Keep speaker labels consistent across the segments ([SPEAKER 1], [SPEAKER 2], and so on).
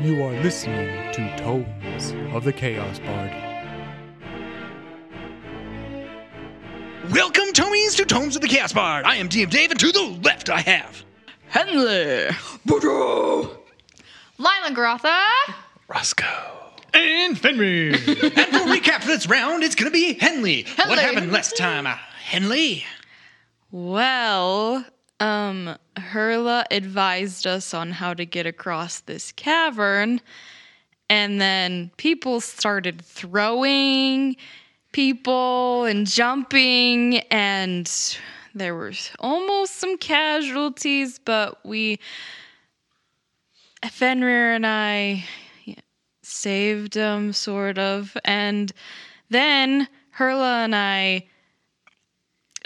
[SPEAKER 1] You are listening to Tones of the Chaos Bard.
[SPEAKER 2] Welcome, Tomies, to Tomes of the Chaos Bard. I am DM Dave, and to the left I have.
[SPEAKER 3] Henley.
[SPEAKER 4] Lila Grotha.
[SPEAKER 2] And Fenry. and for recap for this round, it's going to be Henley. What
[SPEAKER 4] Henley.
[SPEAKER 2] happened last time? Uh, Henley.
[SPEAKER 3] Well, um, Herla advised us on how to get across this cavern, and then people started throwing people and jumping, and there were almost some casualties, but we, Fenrir and I, saved them, sort of, and then Herla and I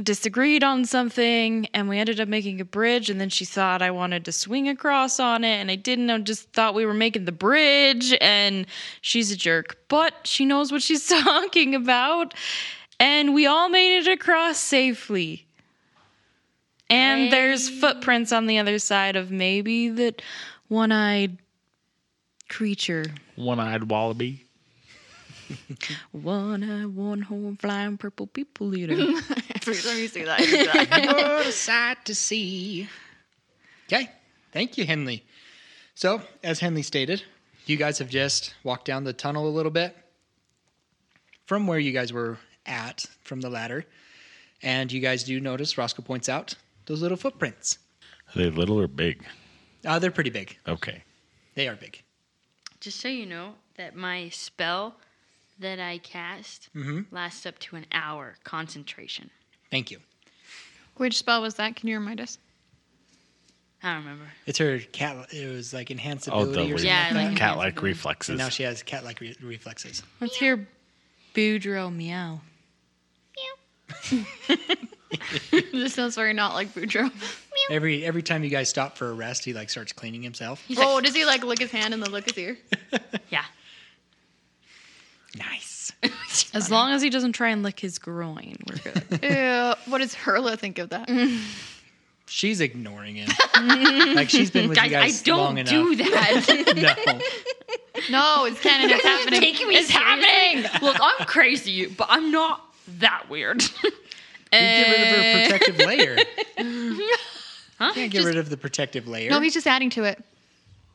[SPEAKER 3] disagreed on something and we ended up making a bridge and then she thought I wanted to swing across on it and I didn't I just thought we were making the bridge and she's a jerk but she knows what she's talking about and we all made it across safely and there's footprints on the other side of maybe that one-eyed creature
[SPEAKER 5] One-eyed wallaby.
[SPEAKER 3] one eye one horn flying purple people eater
[SPEAKER 4] Every time you say that, you're done.
[SPEAKER 2] What a sight to see. Okay. Thank you, Henley. So, as Henley stated, you guys have just walked down the tunnel a little bit from where you guys were at from the ladder. And you guys do notice, Roscoe points out, those little footprints.
[SPEAKER 5] Are they little or big?
[SPEAKER 2] Uh, they're pretty big.
[SPEAKER 5] Okay.
[SPEAKER 2] They are big.
[SPEAKER 6] Just so you know, that my spell that I cast
[SPEAKER 2] Mm-hmm.
[SPEAKER 6] lasts up to an hour concentration.
[SPEAKER 2] Thank you.
[SPEAKER 4] Which spell was that? Can you remind us?
[SPEAKER 6] I don't remember.
[SPEAKER 2] It's her cat. It was like enhanced
[SPEAKER 5] Oh,
[SPEAKER 2] ability
[SPEAKER 5] the
[SPEAKER 2] or
[SPEAKER 5] re-
[SPEAKER 2] something.
[SPEAKER 6] Yeah, like
[SPEAKER 5] cat-like
[SPEAKER 2] And
[SPEAKER 5] reflexes.
[SPEAKER 2] now she has cat-like re- reflexes.
[SPEAKER 3] Let's hear Boudreaux meow.
[SPEAKER 4] This sounds very not like Boudreaux.
[SPEAKER 2] Every every time you guys stop for a rest, he like starts cleaning himself.
[SPEAKER 4] Oh, does he like lick his hand and then lick his ear?
[SPEAKER 6] Yeah.
[SPEAKER 2] Nice.
[SPEAKER 3] As long as he doesn't try and lick his groin, we're good.
[SPEAKER 4] Ew. What does Herla think of that?
[SPEAKER 2] She's ignoring him. like she's been with you guys
[SPEAKER 6] I
[SPEAKER 2] long
[SPEAKER 6] don't
[SPEAKER 2] enough.
[SPEAKER 6] do that.
[SPEAKER 2] No.
[SPEAKER 4] No, it's canon. It's happening.
[SPEAKER 6] Taking me
[SPEAKER 4] it's
[SPEAKER 6] seriously.
[SPEAKER 4] happening.
[SPEAKER 6] Look, I'm crazy, but I'm not that weird.
[SPEAKER 2] You get rid of
[SPEAKER 6] Eh.
[SPEAKER 2] her protective layer. You can't get rid of the protective layer
[SPEAKER 4] No, he's just adding to it.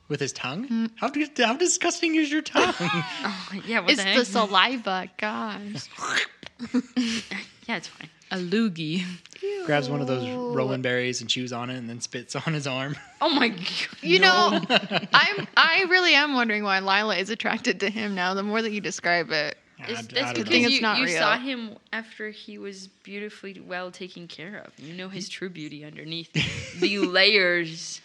[SPEAKER 2] with his tongue.
[SPEAKER 6] Mm.
[SPEAKER 2] How, dis- how disgusting is your tongue?
[SPEAKER 6] yeah, what
[SPEAKER 4] It's
[SPEAKER 6] the
[SPEAKER 4] the
[SPEAKER 6] heck?
[SPEAKER 4] saliva. Gosh.
[SPEAKER 6] yeah, it's fine.
[SPEAKER 3] A loogie.
[SPEAKER 2] Grabs one of those rolling berries and chews on it, and then spits on his arm.
[SPEAKER 6] Oh my god.
[SPEAKER 4] You know, I'm I really am wondering why Lila is attracted to him now. The more that you describe it,
[SPEAKER 2] I-
[SPEAKER 6] It's,
[SPEAKER 2] I
[SPEAKER 6] that's
[SPEAKER 2] don't
[SPEAKER 6] because
[SPEAKER 2] know.
[SPEAKER 4] Think it's
[SPEAKER 6] you,
[SPEAKER 4] not
[SPEAKER 6] you
[SPEAKER 4] real.
[SPEAKER 6] saw him after he was beautifully well taken care of. You know his true beauty underneath the layers.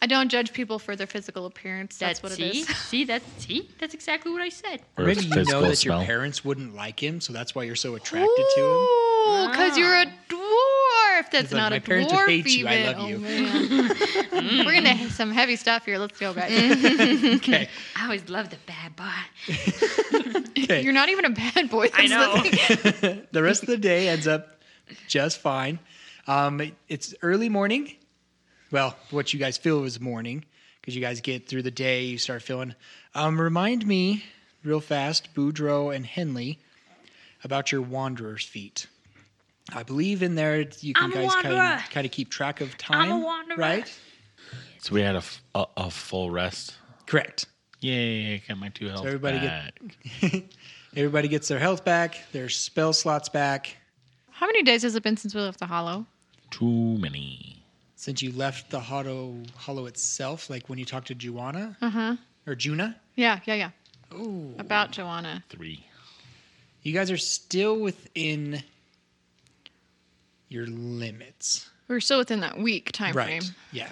[SPEAKER 4] I don't judge people for their physical appearance. That's
[SPEAKER 6] That's
[SPEAKER 4] what it
[SPEAKER 6] see?
[SPEAKER 4] is.
[SPEAKER 6] See, that's see, that's exactly what I said.
[SPEAKER 5] Or
[SPEAKER 2] Maybe
[SPEAKER 5] it's
[SPEAKER 2] you know
[SPEAKER 5] physical
[SPEAKER 2] that
[SPEAKER 5] smell.
[SPEAKER 2] your parents wouldn't like him, so that's why you're so attracted to him.
[SPEAKER 4] Ooh, because you're a dwarf. That's
[SPEAKER 2] He's like,
[SPEAKER 4] not
[SPEAKER 2] "My
[SPEAKER 4] a
[SPEAKER 2] parents
[SPEAKER 4] dwarf.
[SPEAKER 2] would hate you. I
[SPEAKER 4] even."
[SPEAKER 2] love you.
[SPEAKER 4] Oh, man. We're gonna have some heavy stuff here. Let's go, guys.
[SPEAKER 2] Okay.
[SPEAKER 6] I always loved the bad boy.
[SPEAKER 2] okay.
[SPEAKER 4] You're not even a bad boy. That's the
[SPEAKER 6] know.
[SPEAKER 4] thing.
[SPEAKER 2] the rest of the day ends up just fine. Um, it's early morning. Well, what you guys feel is morning because you guys get through the day, you start feeling. Um, remind me, real fast, Boudreaux and Henley, about your wanderer's feet. I believe in there you can
[SPEAKER 6] I'm a
[SPEAKER 2] guys kind
[SPEAKER 6] wanderer.
[SPEAKER 2] of, kind of keep track of time.
[SPEAKER 6] wanderer.
[SPEAKER 2] Right?
[SPEAKER 5] So we had a, f- a- a full rest.
[SPEAKER 2] Correct.
[SPEAKER 5] Yay! I got my two health
[SPEAKER 2] everybody get-
[SPEAKER 5] back.
[SPEAKER 2] Everybody gets their health back, their spell slots back.
[SPEAKER 4] How many days has it been since we left the Hollow?
[SPEAKER 5] too many.
[SPEAKER 2] Since you left the hollow, hollow itself, like when you talked to Juana
[SPEAKER 4] Uh huh.
[SPEAKER 2] or Juna,
[SPEAKER 4] Yeah, yeah, yeah.
[SPEAKER 2] Ooh.
[SPEAKER 4] About Joanna.
[SPEAKER 5] Three.
[SPEAKER 2] You guys are still within your limits.
[SPEAKER 4] We're still within that week time frame.
[SPEAKER 2] Yeah.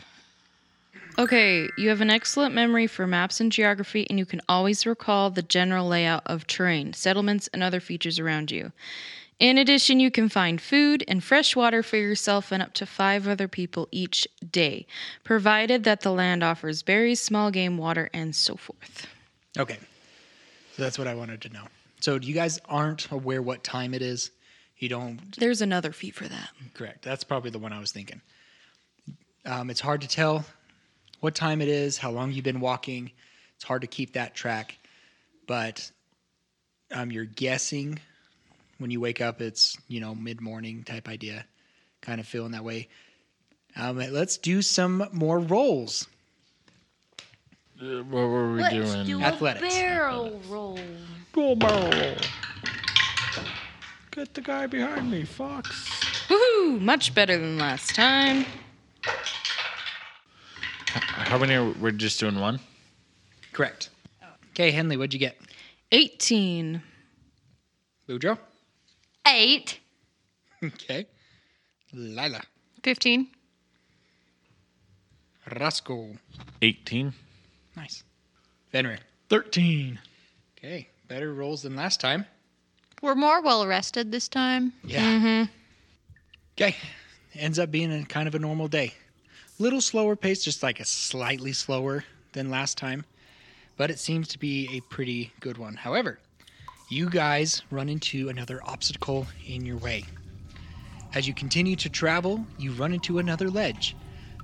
[SPEAKER 3] Okay, you have an excellent memory for maps and geography, and you can always recall the general layout of terrain, settlements, and other features around you. In addition, you can find food and fresh water for yourself and up to five other people each day, provided that the land offers berries, small game, water, and so forth.
[SPEAKER 2] Okay. So that's what I wanted to know. So you guys aren't aware what time it is. You don't.
[SPEAKER 3] There's another feat for that.
[SPEAKER 2] Correct. That's probably the one I was thinking. Um, it's hard to tell what time it is, how long you've been walking. It's hard to keep that track, but um, you're guessing when you wake up. It's you know mid morning type idea, kind of feeling that way. Um, let's do some more rolls.
[SPEAKER 5] Uh, What were we
[SPEAKER 6] Let's
[SPEAKER 5] doing?
[SPEAKER 6] do
[SPEAKER 2] Athletics.
[SPEAKER 6] a barrel roll.
[SPEAKER 5] Roll barrel. Get the guy behind me, Fox.
[SPEAKER 3] Woohoo! Much better than last time.
[SPEAKER 5] How many are we're just doing one?
[SPEAKER 2] Correct. Okay, Henley, what'd you get?
[SPEAKER 3] 18.
[SPEAKER 2] Lujo.
[SPEAKER 6] Eight.
[SPEAKER 2] Okay. Lila.
[SPEAKER 4] 15.
[SPEAKER 2] Rasko.
[SPEAKER 5] 18.
[SPEAKER 2] Nice. Fenrir.
[SPEAKER 1] 13.
[SPEAKER 2] Okay, better rolls than last time.
[SPEAKER 4] We're more well rested this time.
[SPEAKER 2] Yeah. Okay. Ends up being a kind of a normal day. Little slower pace, just like a slightly slower than last time, but it seems to be a pretty good one. However, you guys run into another obstacle in your way. As you continue to travel, you run into another ledge.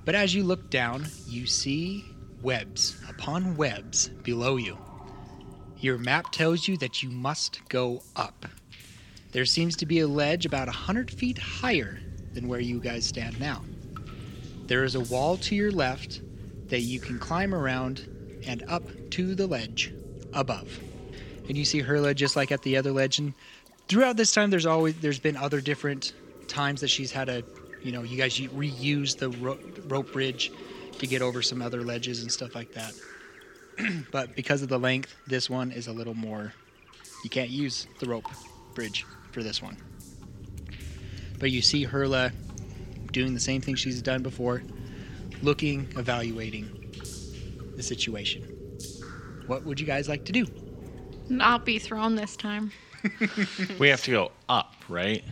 [SPEAKER 2] But as you look down, you see webs upon webs below you. Your map tells you that you must go up. There seems to be a ledge about 100 feet higher than where you guys stand now. There is a wall to your left that you can climb around and up to the ledge above. And you see Herla just like at the other ledge. And throughout this time, there's always there's been other different times that she's had a, you know, you guys reuse the ro- rope bridge to get over some other ledges and stuff like that. but because of the length, this one is a little more. You can't use the rope bridge for this one. But you see Herla doing the same thing she's done before, looking, evaluating the situation. What would you guys like to do?
[SPEAKER 4] I'll be thrown this time.
[SPEAKER 5] We have to go up, right?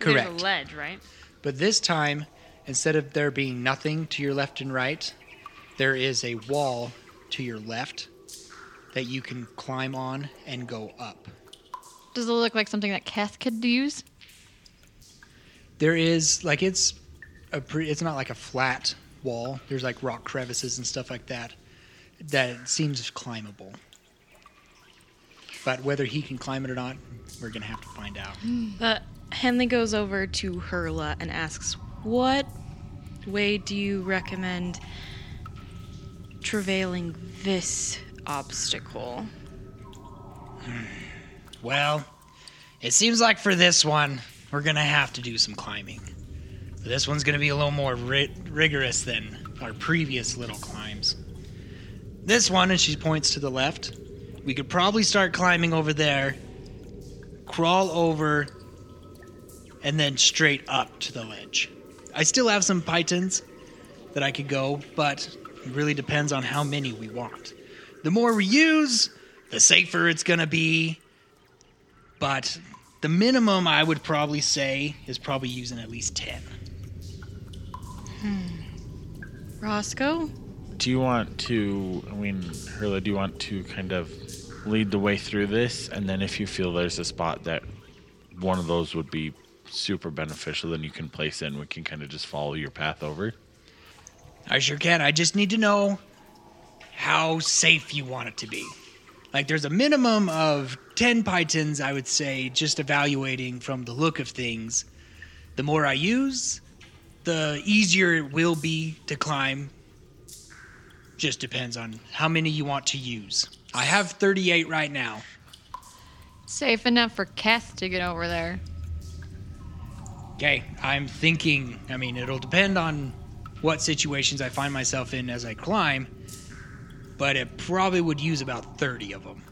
[SPEAKER 6] There's a ledge, right?
[SPEAKER 2] But this time, instead of there being nothing to your left and right, there is a wall to your left that you can climb on and go up.
[SPEAKER 4] Does it look like something that Kath could use?
[SPEAKER 2] there is like it's a pre- it's not like a flat wall there's like rock crevices and stuff like that that seems climbable but whether he can climb it or not we're gonna have to find out
[SPEAKER 3] Uh, Henley goes over to Herla and asks, What way do you recommend travailing this obstacle?
[SPEAKER 2] well it seems like for this one we're gonna have to do some climbing this one's gonna be a little more ri- rigorous than our previous little climbs this one and she points to the left we could probably start climbing over there crawl over and then straight up to the ledge i still have some pythons that i could go but it really depends on how many we want the more we use the safer it's going to be but the minimum i would probably say is probably using at least 10
[SPEAKER 3] Roscoe?
[SPEAKER 5] Do you want to, I mean, Hurla, do you want to kind of lead the way through this? And then if you feel there's a spot that one of those would be super beneficial, then you can place it and we can kind of just follow your path over.
[SPEAKER 2] I sure can. I just need to know how safe you want it to be. Like, there's a minimum of 10 pythons, I would say, just evaluating from the look of things. The more I use, the easier it will be to climb. Just depends on how many you want to use. I have 38 right now.
[SPEAKER 4] Safe enough for Kath to get over there.
[SPEAKER 2] Okay, I'm thinking. I mean, it'll depend on what situations I find myself in as I climb, but it probably would use about 30 of them.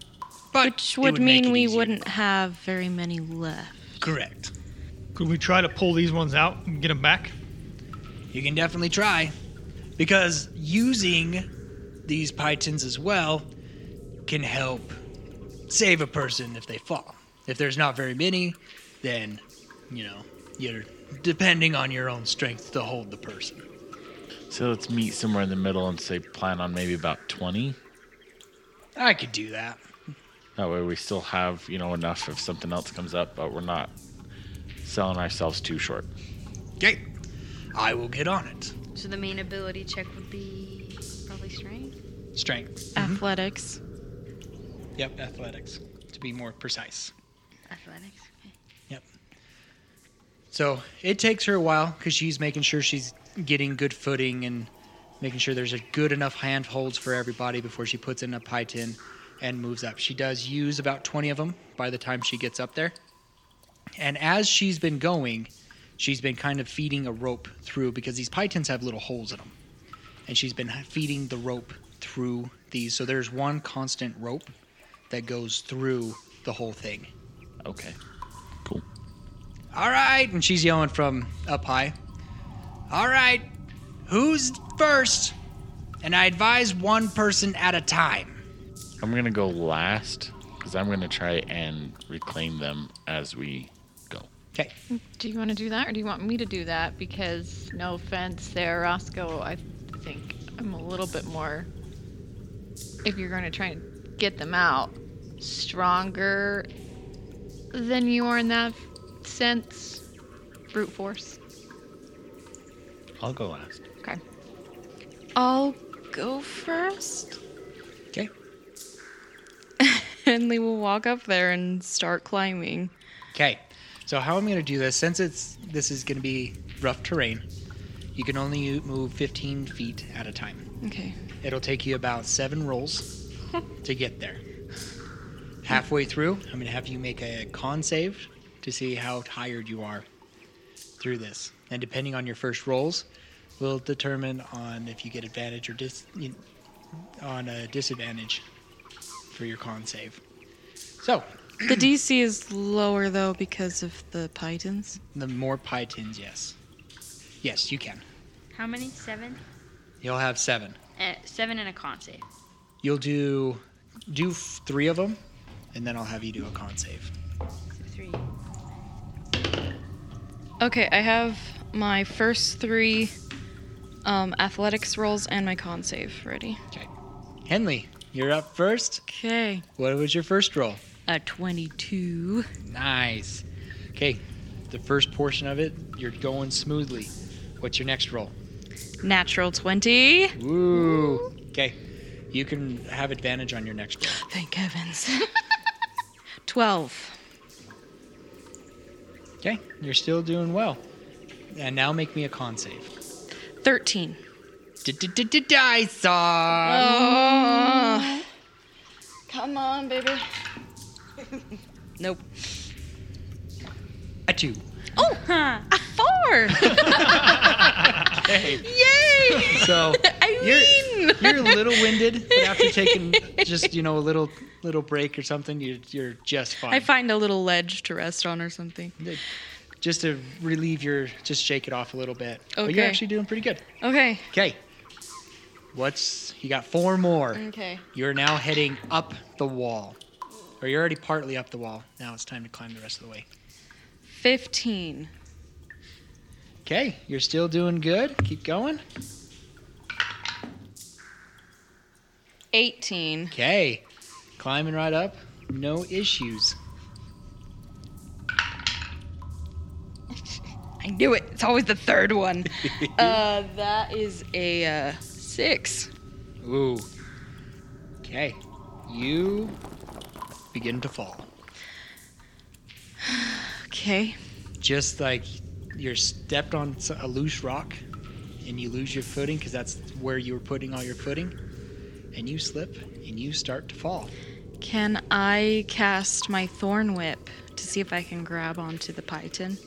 [SPEAKER 2] But
[SPEAKER 3] Which
[SPEAKER 2] it
[SPEAKER 3] would,
[SPEAKER 2] make
[SPEAKER 3] mean
[SPEAKER 2] it
[SPEAKER 3] we
[SPEAKER 2] easier.
[SPEAKER 3] wouldn't have very many left.
[SPEAKER 2] Correct.
[SPEAKER 1] Could we try to pull these ones out and get them back?
[SPEAKER 2] You can definitely try, because using these pythons as well can help save a person if they fall. If there's not very many, then, you know, you're depending on your own strength to hold the person.
[SPEAKER 5] So let's meet somewhere in the middle and say plan on maybe about 20.
[SPEAKER 2] I could do that.
[SPEAKER 5] That way we still have, you know, enough if something else comes up, but we're not selling ourselves too short.
[SPEAKER 2] Okay, I will get on it.
[SPEAKER 6] So the main ability check would be probably strength.
[SPEAKER 2] Strength.
[SPEAKER 3] Mm-hmm. Athletics.
[SPEAKER 2] Yep, athletics to be more precise.
[SPEAKER 6] Athletics. Okay.
[SPEAKER 2] Yep. So it takes her a while because she's making sure she's getting good footing and making sure there's a good enough handholds for everybody before she puts in a pie tin and moves up. She does use about 20 of them by the time she gets up there. And as she's been going, she's been kind of feeding a rope through because these pie tins have little holes in them. And she's been feeding the rope through these. So there's one constant rope that goes through the whole thing.
[SPEAKER 5] Okay. Cool.
[SPEAKER 2] All right. And she's yelling from up high. All right. Who's first? And I advise one person at a time.
[SPEAKER 5] I'm gonna go last because I'm gonna try and reclaim them as we go.
[SPEAKER 2] Okay.
[SPEAKER 4] Do you want to do that, or do you want me to do that? Because no offense, there, Roscoe, I think I'm a little bit more. If you're going to try and get them out, stronger than you are in that sense, brute force.
[SPEAKER 5] I'll go last.
[SPEAKER 4] Okay.
[SPEAKER 3] I'll go first.
[SPEAKER 2] Okay.
[SPEAKER 3] And Lee will walk up there and start climbing.
[SPEAKER 2] Okay. So how I'm going to do this, since it's this is going to be rough terrain, you can only move 15 feet at a time.
[SPEAKER 3] Okay.
[SPEAKER 2] It'll take you about seven rolls to get there. Halfway through, I'm going to have you make a con save to see how tired you are through this. And depending on your first rolls, will determine on if you get advantage or dis you- on a disadvantage for your con save. So,
[SPEAKER 3] The DC is lower though because of the pythons.
[SPEAKER 2] the more pie tins, yes. Yes, you can.
[SPEAKER 6] How many? Seven.
[SPEAKER 2] You'll have seven.
[SPEAKER 6] Uh, seven and a con save.
[SPEAKER 2] You'll do do f- three of them, and then I'll have you do a con save.
[SPEAKER 6] So three.
[SPEAKER 3] Okay, I have my first three um, athletics rolls and my con save ready.
[SPEAKER 2] Okay. Henley, you're up first.
[SPEAKER 3] Okay.
[SPEAKER 2] What was your first roll?
[SPEAKER 3] A 22.
[SPEAKER 2] Nice. Okay, the first portion of it, you're going smoothly. What's your next roll?
[SPEAKER 3] Natural 20.
[SPEAKER 2] Ooh. Okay, you can have advantage on your next roll.
[SPEAKER 3] Thank heavens. 12.
[SPEAKER 2] Okay, you're still doing well. And now make me a con save.
[SPEAKER 3] 13.
[SPEAKER 2] Dice off.
[SPEAKER 3] Oh. Come on, baby. nope.
[SPEAKER 2] A two.
[SPEAKER 3] Oh, a four. Yay!
[SPEAKER 2] So
[SPEAKER 3] I
[SPEAKER 2] you're,
[SPEAKER 3] win.
[SPEAKER 2] you're a little winded, but after taking just you know a little little break or something, you're you're just fine.
[SPEAKER 3] I find a little ledge to rest on or something.
[SPEAKER 2] just to relieve your, just shake it off a little bit. But you're
[SPEAKER 3] Okay.
[SPEAKER 2] actually doing pretty good.
[SPEAKER 3] Okay.
[SPEAKER 2] Okay. What's you got? Four more.
[SPEAKER 3] Okay.
[SPEAKER 2] You're now heading up the wall, or you're already partly up the wall. Now it's time to climb the rest of the way.
[SPEAKER 3] 15.
[SPEAKER 2] Okay, you're still doing good. Keep going.
[SPEAKER 3] 18.
[SPEAKER 2] Okay, climbing right up. No issues.
[SPEAKER 3] I knew it. It's always the third one. uh, that is a uh, six.
[SPEAKER 2] Ooh. Okay. You begin to fall.
[SPEAKER 3] Okay.
[SPEAKER 2] Just like you're stepped on s- a loose rock and you lose your footing because that's where you were putting all your footing. And you slip and you start to fall.
[SPEAKER 3] Can I cast my thorn whip to see if I can grab onto the python?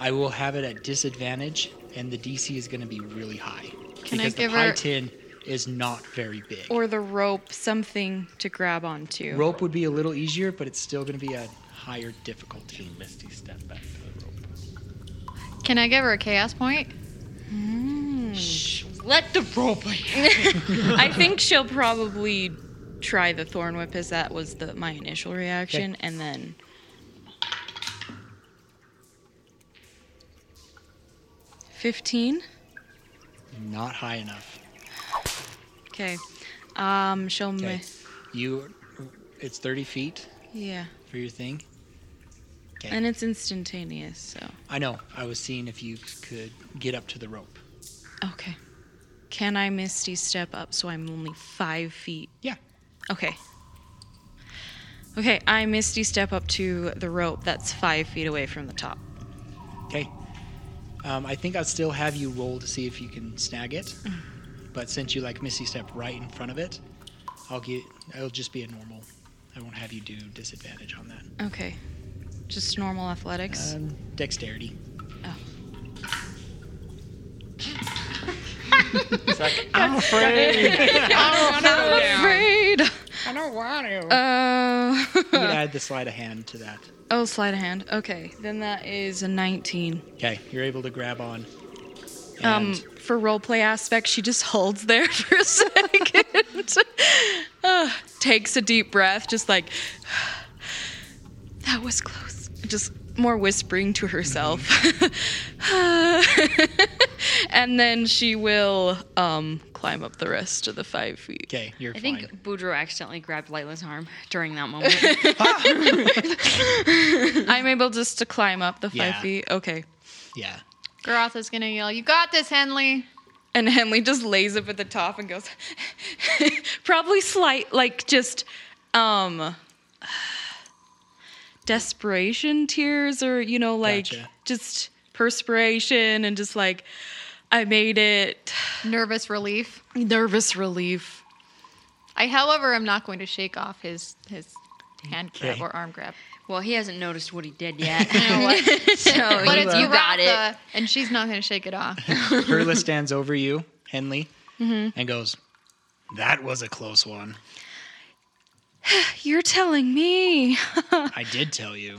[SPEAKER 2] I will have it at disadvantage and the DC is going to be really high.
[SPEAKER 4] Can I
[SPEAKER 2] because
[SPEAKER 4] give
[SPEAKER 2] the pie
[SPEAKER 4] her-
[SPEAKER 2] tin is not very big.
[SPEAKER 3] Or the rope, something to grab onto.
[SPEAKER 2] Rope would be a little easier, but it's still going to be a higher difficulty.
[SPEAKER 5] Misty step back to the rope.
[SPEAKER 4] Can I give her a chaos point?
[SPEAKER 6] Shh, let the rope.
[SPEAKER 3] Hmm. I think she'll probably try the thorn whip as that was the my initial reaction and then fifteen.
[SPEAKER 2] Not high enough.
[SPEAKER 3] Okay. Um she'll
[SPEAKER 2] Okay.
[SPEAKER 3] mi-
[SPEAKER 2] You, it's 30 feet
[SPEAKER 3] yeah.
[SPEAKER 2] for your thing.
[SPEAKER 3] And it's instantaneous, so
[SPEAKER 2] I know. I was seeing if you could get up to the rope.
[SPEAKER 3] okay. Can I Misty step up so I'm only five feet?
[SPEAKER 2] Yeah.
[SPEAKER 3] Okay. Okay, I Misty step up to the rope that's five feet away from the top.
[SPEAKER 2] Okay. Um, I think I'll still have you roll to see if you can snag it. But since you like Missy step right in front of it, I'll get it'll just be a normal. I won't have you do disadvantage on that.
[SPEAKER 3] Okay. Just normal athletics.
[SPEAKER 2] Um, dexterity.
[SPEAKER 5] I'm afraid.
[SPEAKER 3] I'm afraid.
[SPEAKER 2] I don't want to. You can
[SPEAKER 3] Uh,
[SPEAKER 2] add the sleight of hand to that.
[SPEAKER 3] oh, sleight of hand. Okay, then that is a 19.
[SPEAKER 2] Okay, you're able to grab on. And
[SPEAKER 3] Um, for roleplay aspect, she just holds there for a second, Ah, takes a deep breath, just like that was close. Just more whispering to herself, and then she will um, climb up the rest of the five feet.
[SPEAKER 2] okay, you're
[SPEAKER 6] I
[SPEAKER 2] fine.
[SPEAKER 6] think Boudreaux accidentally grabbed Lila's arm during that moment.
[SPEAKER 3] I'm able just to climb up the five
[SPEAKER 2] Yeah.
[SPEAKER 3] feet. Okay.
[SPEAKER 2] yeah.
[SPEAKER 4] Garotha's gonna yell, "You got this, Henley!"
[SPEAKER 3] And Henley just lays up at the top and goes, probably slight, like just, um, desperation tears or, you know, like
[SPEAKER 2] Gotcha.
[SPEAKER 3] just perspiration and just like, I made it.
[SPEAKER 4] Nervous relief.
[SPEAKER 3] Nervous relief.
[SPEAKER 4] I, however, am not going to shake off his his hand grab
[SPEAKER 2] Okay.
[SPEAKER 4] or arm grab.
[SPEAKER 6] well, he hasn't noticed what he did yet. so
[SPEAKER 4] But
[SPEAKER 6] you, uh,
[SPEAKER 4] it's
[SPEAKER 6] you got it.
[SPEAKER 4] Garotha, and she's not gonna shake it off.
[SPEAKER 2] Perla stands over you, Henley, and goes, That was a close one.
[SPEAKER 3] You're telling me.
[SPEAKER 2] I did tell you.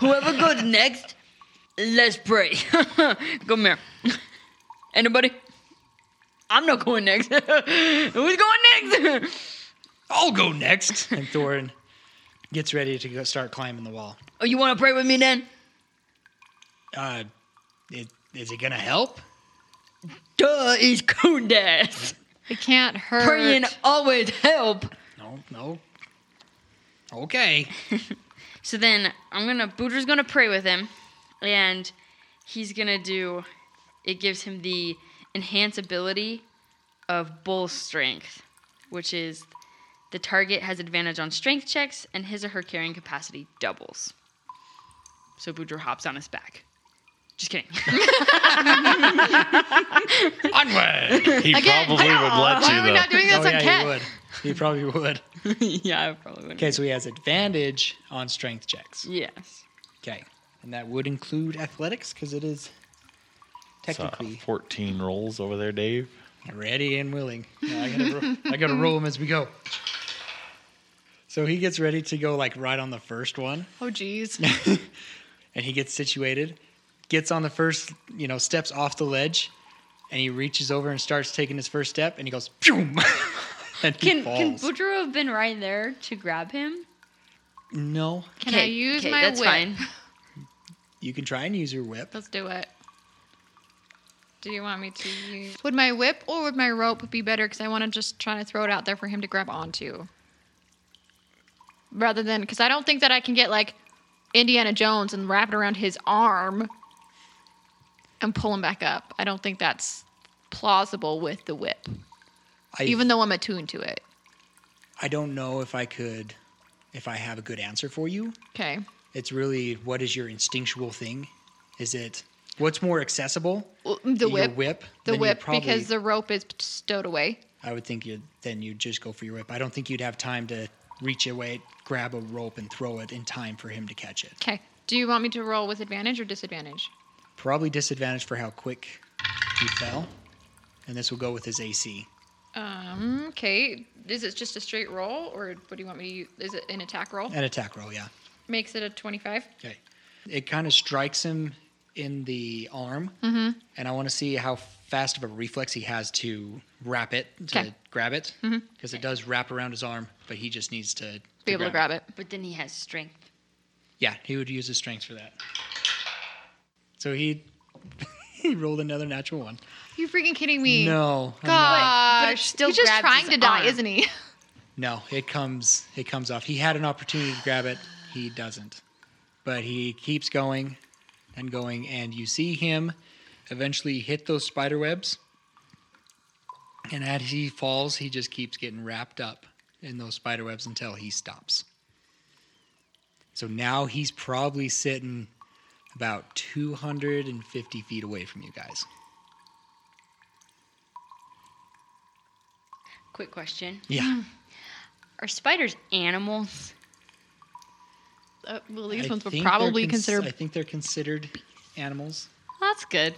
[SPEAKER 6] Whoever goes next, let's pray. Come here. Anybody? I'm not going next. Who's going next?
[SPEAKER 2] I'll go next. And Thorin gets ready to go start climbing the wall.
[SPEAKER 6] oh, you want to pray with me then?
[SPEAKER 2] Uh, it, is it gonna help?
[SPEAKER 6] Duh, he's Kundas.
[SPEAKER 4] It can't hurt.
[SPEAKER 6] Praying always help.
[SPEAKER 2] No, no. Okay.
[SPEAKER 6] So then I'm gonna Booter's gonna pray with him, and he's gonna do. It gives him the enhance ability of bull strength, which is the target has advantage on strength checks, and his or her carrying capacity doubles. So Booter hops on his back. Just kidding.
[SPEAKER 2] Onward.
[SPEAKER 5] He
[SPEAKER 4] Again.
[SPEAKER 5] probably would let
[SPEAKER 4] Why
[SPEAKER 5] you
[SPEAKER 4] are we
[SPEAKER 5] though.
[SPEAKER 4] not doing this
[SPEAKER 2] oh
[SPEAKER 4] on
[SPEAKER 2] yeah,
[SPEAKER 4] cat?
[SPEAKER 2] he would. He probably would.
[SPEAKER 6] yeah, I probably would.
[SPEAKER 2] Okay, so he has advantage on strength checks.
[SPEAKER 6] Yes.
[SPEAKER 2] Okay, and that would include athletics because it is
[SPEAKER 5] So,
[SPEAKER 2] technically
[SPEAKER 5] 14 rolls over there, Dave.
[SPEAKER 2] ready and willing. No, I gotta, ro- I gotta roll them as we go. So he gets ready to go like right on the first one.
[SPEAKER 4] Oh geez.
[SPEAKER 2] and he gets situated, gets on the first, you know, steps off the ledge, and he reaches over and starts taking his first step, and he goes, boom, and he
[SPEAKER 6] Can can
[SPEAKER 2] falls.
[SPEAKER 6] Boudreaux have been right there to grab him?
[SPEAKER 2] no,
[SPEAKER 4] Can I use my
[SPEAKER 6] that's
[SPEAKER 4] whip?
[SPEAKER 6] fine.
[SPEAKER 2] you can try and use your whip.
[SPEAKER 4] Let's do it. Do you want me to use? Would my whip or would my rope be better? Because I want to just try to throw it out there for him to grab onto. Rather than, because I don't think that I can get like Indiana Jones and wrap it around his arm and pull him back up. I don't think that's plausible with the whip,
[SPEAKER 2] I,
[SPEAKER 4] even though I'm attuned to it.
[SPEAKER 2] I don't know if I could, if I have a good answer for you.
[SPEAKER 4] Okay.
[SPEAKER 2] It's really what is your instinctual thing? Is it what's more accessible?
[SPEAKER 4] Well,
[SPEAKER 2] Your
[SPEAKER 4] The whip.
[SPEAKER 2] whip.
[SPEAKER 4] The
[SPEAKER 2] Then you'd
[SPEAKER 4] whip,
[SPEAKER 2] probably-
[SPEAKER 4] because the rope is stowed away.
[SPEAKER 2] I would think you'd then you'd just go for your whip. I don't think you'd have time to reach away, grab a rope, and throw it in time for him to catch it.
[SPEAKER 4] Okay. Do you want me to roll with advantage or disadvantage?
[SPEAKER 2] probably disadvantage for how quick he fell. And this will go with his AC.
[SPEAKER 4] Um, okay. Is it just a straight roll, or what do you want me to use? Is it an attack roll?
[SPEAKER 2] An attack roll, yeah.
[SPEAKER 4] Makes it a 25.
[SPEAKER 2] Okay. It kind of strikes him in the arm.
[SPEAKER 4] Mm-hmm.
[SPEAKER 2] And I want to see how fast of a reflex he has to wrap it, to
[SPEAKER 4] Okay. Mm-hmm.
[SPEAKER 2] grab it. Because it does wrap around his arm, but he just needs to
[SPEAKER 4] Be able to grab it.
[SPEAKER 6] But then he has strength.
[SPEAKER 2] Yeah, he would use his strength for that. So he he rolled another natural one.
[SPEAKER 4] You freaking kidding me?
[SPEAKER 2] No. I'm not.
[SPEAKER 4] Gosh.
[SPEAKER 6] But it still
[SPEAKER 4] He's just
[SPEAKER 6] grabs
[SPEAKER 4] trying
[SPEAKER 6] his
[SPEAKER 4] to die,
[SPEAKER 6] arm.
[SPEAKER 4] isn't he?
[SPEAKER 2] No, it comes it comes off. He had an opportunity to grab it, he doesn't. But he keeps going and going and you see him eventually hit those spider webs And as he falls, he just keeps getting wrapped up in those spider webs until he stops. So now he's probably sitting about 250 feet away from you guys.
[SPEAKER 6] Quick question.
[SPEAKER 4] Hmm.
[SPEAKER 2] Yeah.
[SPEAKER 6] Are spiders animals?
[SPEAKER 4] Uh, well, these
[SPEAKER 2] I
[SPEAKER 4] ones were
[SPEAKER 2] think they're
[SPEAKER 4] probably
[SPEAKER 2] cons-
[SPEAKER 4] considered.
[SPEAKER 2] I think they're considered animals.
[SPEAKER 6] That's good.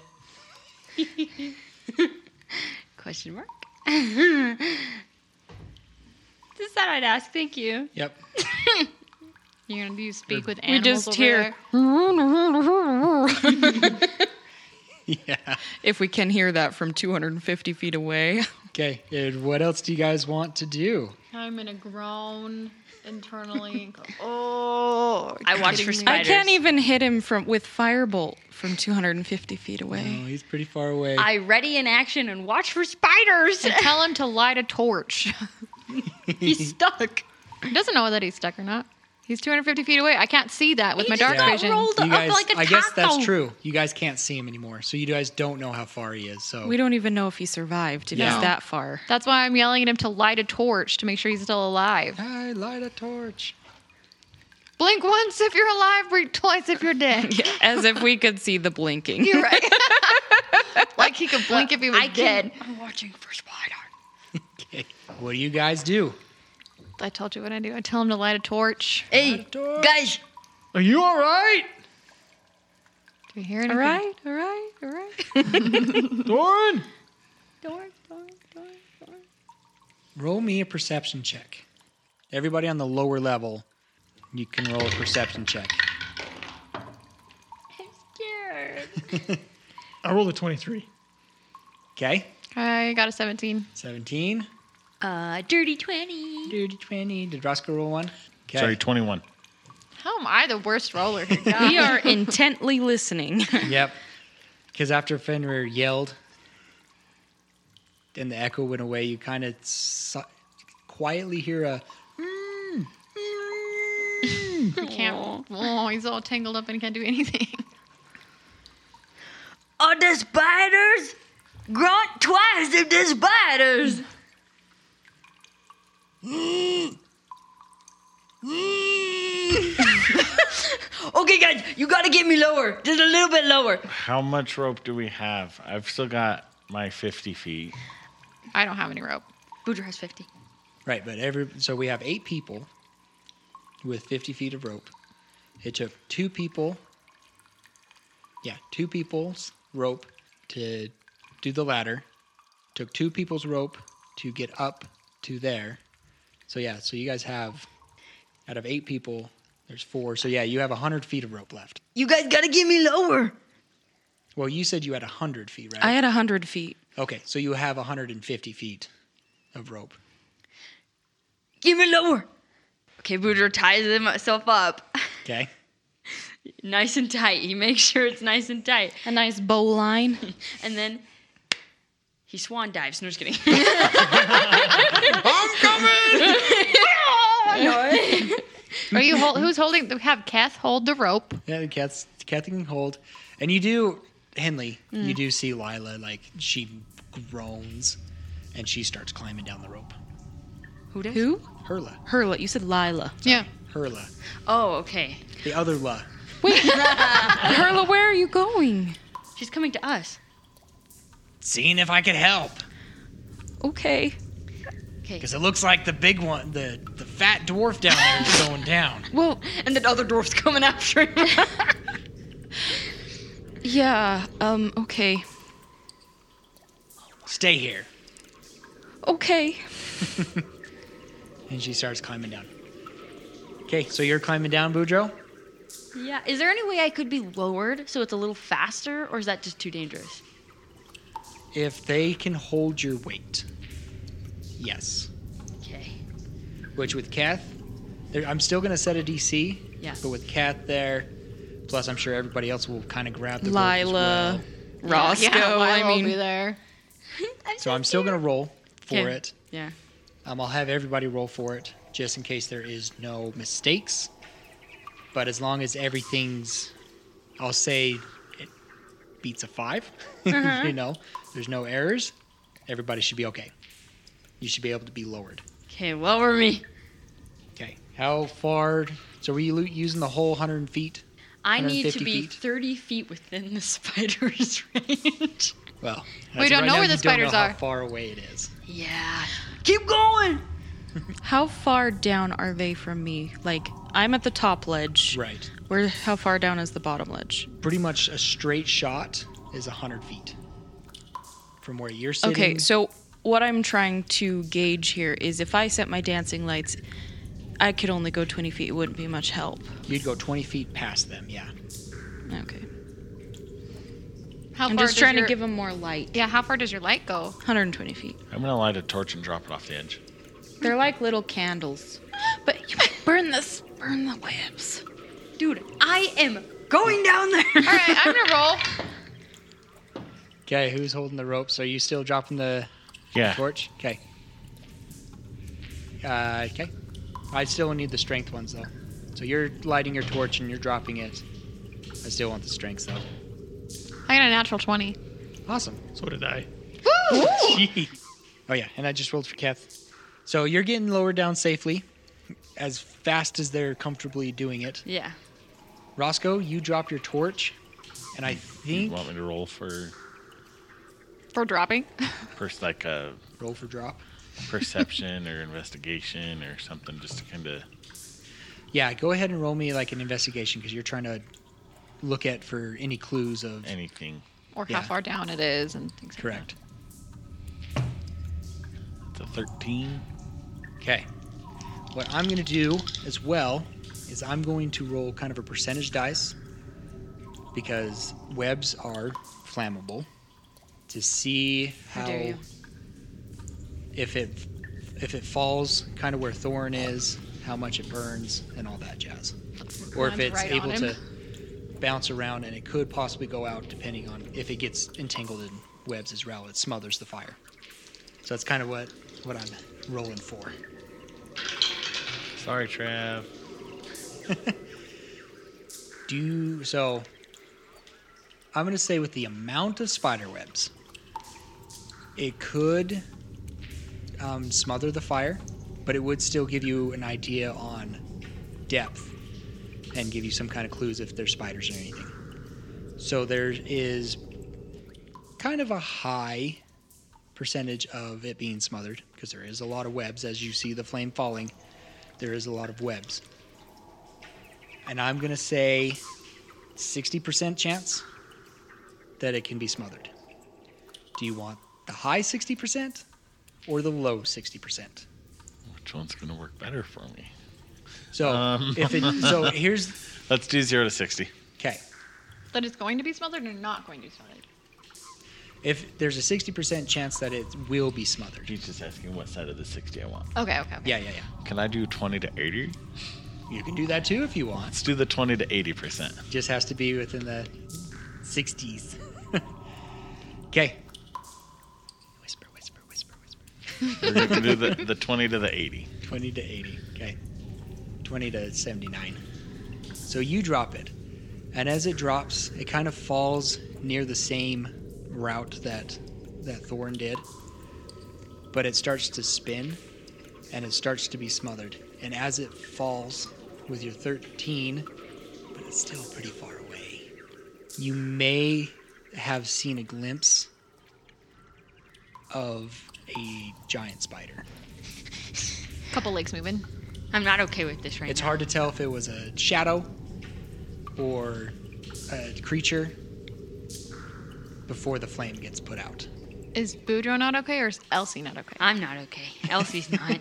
[SPEAKER 6] Question mark. Just thought I'd ask. Thank you.
[SPEAKER 2] Yep.
[SPEAKER 4] You're gonna do speak with
[SPEAKER 3] We
[SPEAKER 4] animals
[SPEAKER 3] just
[SPEAKER 4] over
[SPEAKER 3] hear.
[SPEAKER 4] there?
[SPEAKER 2] yeah.
[SPEAKER 7] if we can hear that from 250 feet away.
[SPEAKER 2] Okay. And what else do you guys want to do?
[SPEAKER 4] I'm gonna groan internally. and go, oh,
[SPEAKER 6] I watch for
[SPEAKER 4] kidding me?
[SPEAKER 3] I
[SPEAKER 6] spiders.
[SPEAKER 3] can't even hit him from with firebolt from 250 feet away.
[SPEAKER 2] Oh, he's pretty far away.
[SPEAKER 6] I ready in action and watch for spiders.
[SPEAKER 4] And tell him to light a torch. he's stuck. He doesn't know that he's stuck or not. He's 250 feet away. I can't see that with my dark
[SPEAKER 2] got
[SPEAKER 4] vision.
[SPEAKER 6] rolled
[SPEAKER 2] you guys,
[SPEAKER 6] up like a
[SPEAKER 2] I guess that's
[SPEAKER 6] taco.
[SPEAKER 2] true. You guys can't see him anymore, so you guys don't know how far he is. So
[SPEAKER 3] We don't even know if he survived. If
[SPEAKER 2] Oh. Yeah.
[SPEAKER 3] he's that far.
[SPEAKER 4] That's why I'm yelling at him to light a torch to make sure he's still alive.
[SPEAKER 2] I light a torch.
[SPEAKER 4] Blink once if you're alive, blink twice if you're dead.
[SPEAKER 3] As if we could see the blinking.
[SPEAKER 6] You're right.
[SPEAKER 4] like he could blink if he was
[SPEAKER 6] I
[SPEAKER 4] dead.
[SPEAKER 6] can. I'm watching for spider.
[SPEAKER 2] Okay. What do you guys do?
[SPEAKER 4] I told you what I do. I tell him to light a torch.
[SPEAKER 6] Hey, guys.
[SPEAKER 2] Are you all right,
[SPEAKER 4] Do we hear anything?
[SPEAKER 3] All right, all right, all right.
[SPEAKER 2] Doran? Roll me a perception check. Everybody on the lower level, you can roll a perception check.
[SPEAKER 6] I'm scared.
[SPEAKER 8] I rolled a 23.
[SPEAKER 2] Okay.
[SPEAKER 4] I got a 17.
[SPEAKER 2] Seventeen.
[SPEAKER 6] Uh, dirty twenty.
[SPEAKER 2] Dirty twenty. Did Roscoe roll one? Okay.
[SPEAKER 5] Sorry, 21.
[SPEAKER 4] How am I the worst roller here?
[SPEAKER 3] We are intently listening.
[SPEAKER 2] Yep. Because after Fenrir yelled and the echo went away, you kind of si- quietly hear a.
[SPEAKER 4] I can't. Oh, he's all tangled up and he can't do anything.
[SPEAKER 6] Are the spiders? Grunt twice if there's spiders. okay, guys, you gotta get me lower. Just a little bit lower.
[SPEAKER 5] How much rope do we have? I've still got my 50 feet.
[SPEAKER 4] I don't have any rope.
[SPEAKER 6] Booter has 50.
[SPEAKER 2] Right, but every. So we have eight people with 50 feet of rope. It took two people. Yeah, two people's rope to do the ladder. Took two people's rope to get up to there. So yeah, so you guys have out of eight people, there's four. So yeah, you have 100 feet of rope left.
[SPEAKER 6] You guys gotta get me lower.
[SPEAKER 2] Well, you said you had 100 feet, right?
[SPEAKER 3] I had 100 feet.
[SPEAKER 2] okay, so you have 150 feet of rope.
[SPEAKER 6] Give me lower. Okay, Booter ties himself up
[SPEAKER 2] Okay.
[SPEAKER 6] nice and tight. He makes sure it's nice and tight.
[SPEAKER 3] A nice bow line.
[SPEAKER 6] And then he swan dives. No, just kidding. I'm coming!
[SPEAKER 4] Are you hold, who's holding? We have Kath hold the rope.
[SPEAKER 2] Yeah, the cats, Kathy can hold. And you do, Henley, you do see Lila, like, she groans and she starts climbing down the rope.
[SPEAKER 6] Who does?
[SPEAKER 3] Who?
[SPEAKER 2] Herla,
[SPEAKER 3] Hurla. You said Lila.
[SPEAKER 4] Yeah.
[SPEAKER 2] Herla,
[SPEAKER 6] Oh, okay.
[SPEAKER 2] the other La.
[SPEAKER 3] Hurla, where are you going?
[SPEAKER 6] She's coming to us.
[SPEAKER 2] Seeing if I could help,
[SPEAKER 3] Okay.
[SPEAKER 6] Okay.
[SPEAKER 2] because it looks like the big one, the, the fat dwarf down there is going down.
[SPEAKER 3] Well,
[SPEAKER 6] And then other dwarf's coming after him.
[SPEAKER 3] yeah. Um. Okay.
[SPEAKER 2] Stay here.
[SPEAKER 3] Okay.
[SPEAKER 2] And she starts climbing down. Okay, so you're climbing down, Boudreaux?
[SPEAKER 6] yeah. Is there any way I could be lowered so it's a little faster, or is that just too dangerous?
[SPEAKER 2] If they can hold your weight, yes.
[SPEAKER 6] Okay.
[SPEAKER 2] Which with Kath, there, I'm still gonna set a DC.
[SPEAKER 6] Yeah.
[SPEAKER 2] But with Kath there, plus I'm sure everybody else will kind of grab the rope as
[SPEAKER 3] Lila.
[SPEAKER 2] well.
[SPEAKER 3] Roscoe. I
[SPEAKER 4] will be
[SPEAKER 3] mean,
[SPEAKER 4] there.
[SPEAKER 2] So I'm still gonna roll for
[SPEAKER 6] Okay.
[SPEAKER 2] it.
[SPEAKER 6] Yeah.
[SPEAKER 2] Um, I'll have everybody roll for it just in case there is no mistakes. But as long as everything's, I'll
[SPEAKER 4] Uh-huh.
[SPEAKER 2] say, it beats a 5 you know, there's no errors. Everybody should be okay. You should be able to be lowered.
[SPEAKER 6] Okay, lower me.
[SPEAKER 2] Okay. How far? So were you lo- using the whole 100 feet?
[SPEAKER 6] I need to
[SPEAKER 2] 150
[SPEAKER 6] be
[SPEAKER 2] feet.
[SPEAKER 6] 30 feet within the spider's range.
[SPEAKER 2] Well, as
[SPEAKER 4] We
[SPEAKER 2] of right
[SPEAKER 4] don't know
[SPEAKER 2] now,
[SPEAKER 4] where the
[SPEAKER 2] you don't know
[SPEAKER 4] spiders
[SPEAKER 2] how
[SPEAKER 4] are.
[SPEAKER 2] far away it is.
[SPEAKER 6] yeah. Keep going.
[SPEAKER 3] How far down are they from me? Like, I'm at the top ledge.
[SPEAKER 2] Right.
[SPEAKER 3] Where? How far down is the bottom ledge?
[SPEAKER 2] Pretty much a straight shot is 100 feet from where you're sitting.
[SPEAKER 3] Okay, so what I'm trying to gauge here is if I set my dancing lights, I could only go 20 feet. It wouldn't be much help.
[SPEAKER 2] You'd go 20 feet past them, yeah.
[SPEAKER 3] Okay.
[SPEAKER 4] How
[SPEAKER 3] I'm
[SPEAKER 4] far
[SPEAKER 3] just
[SPEAKER 4] does
[SPEAKER 3] trying
[SPEAKER 4] your-
[SPEAKER 3] to give them more light.
[SPEAKER 4] Yeah, how far does your light go?
[SPEAKER 3] 120 feet.
[SPEAKER 5] I'm gonna light a torch and drop it off the edge.
[SPEAKER 3] They're like little candles. But you might burn this, burn the whips.
[SPEAKER 6] Dude, I am going down there.
[SPEAKER 4] All right, I'm gonna roll.
[SPEAKER 2] Okay, who's holding the ropes? Are you still dropping the
[SPEAKER 5] Yeah.
[SPEAKER 2] torch? Okay. Uh, okay. I still need the strength ones, though. So you're lighting your torch and you're dropping it. I still want the strength, though.
[SPEAKER 4] I got a natural 20.
[SPEAKER 2] Awesome.
[SPEAKER 8] So did I.
[SPEAKER 2] Jeez. Oh yeah, and I just rolled for Kath. So you're getting lowered down safely, as fast as they're comfortably doing it.
[SPEAKER 6] Yeah.
[SPEAKER 2] Roscoe, you drop your torch, and I
[SPEAKER 5] You
[SPEAKER 2] think
[SPEAKER 5] want me to roll for,
[SPEAKER 4] For dropping?
[SPEAKER 5] for like a
[SPEAKER 2] roll for drop.
[SPEAKER 5] perception or investigation or something just to kind of
[SPEAKER 2] Yeah, go ahead and roll me like an investigation because you're trying to look at for any clues of
[SPEAKER 5] anything.
[SPEAKER 4] Or
[SPEAKER 2] Yeah.
[SPEAKER 4] how far down it is and things like
[SPEAKER 2] correct.
[SPEAKER 5] It's a 13.
[SPEAKER 2] Okay. What I'm going to do as well is I'm going to roll kind of a percentage dice because webs are flammable to see how,
[SPEAKER 6] How dare you.
[SPEAKER 2] if it if it falls kind of where thorn is, how much it burns and all that jazz. Or if
[SPEAKER 4] Land
[SPEAKER 2] it's
[SPEAKER 4] right on
[SPEAKER 2] able
[SPEAKER 4] him.
[SPEAKER 2] to bounce around and it could possibly go out depending on if it gets entangled in webs as well, it smothers the fire. So that's kind of what what I'm rolling for.
[SPEAKER 5] Sorry, Trav.
[SPEAKER 2] Do you, so I'm going to say with the amount of spider webs, it could um, smother the fire, but it would still give you an idea on depth and give you some kind of clues if there's spiders or anything. So there is kind of a high percentage of it being smothered because there is a lot of webs. As you see the flame falling, there is a lot of webs and I'm gonna say 60% chance that it can be smothered. Do you want the high 60% or the low 60%?
[SPEAKER 5] Which one's going to work better for me?
[SPEAKER 2] So
[SPEAKER 5] Um.
[SPEAKER 2] if it so here's
[SPEAKER 5] Let's do 0 to 60.
[SPEAKER 2] okay.
[SPEAKER 4] That it's going to be smothered or not going to be smothered?
[SPEAKER 2] If there's a 60% chance that it will be smothered.
[SPEAKER 5] He's just asking what side of the 60 I want.
[SPEAKER 4] Okay, okay, okay.
[SPEAKER 2] Yeah, yeah, yeah.
[SPEAKER 5] Can I do 20 to 80?
[SPEAKER 2] You can do that too if you want.
[SPEAKER 5] Let's do the 20 to 80%.
[SPEAKER 2] Just has to be within the 60s. okay. Whisper, whisper, whisper, whisper.
[SPEAKER 5] We're going to do the, the 20 to the 80.
[SPEAKER 2] 20 to 80. Okay. 20 to 79. So you drop it. And as it drops, it kind of falls near the same route that that Thorn did. But it starts to spin and it starts to be smothered. And as it falls with your 13, but it's still pretty far away. You may have seen a glimpse of a giant spider.
[SPEAKER 4] Couple legs moving.
[SPEAKER 6] I'm not okay with this right
[SPEAKER 2] It's
[SPEAKER 6] now.
[SPEAKER 2] hard to tell if it was a shadow or a creature before the flame gets put out.
[SPEAKER 4] Is Boudreaux not okay or is Elsie not okay?
[SPEAKER 6] I'm not okay. Elsie's not.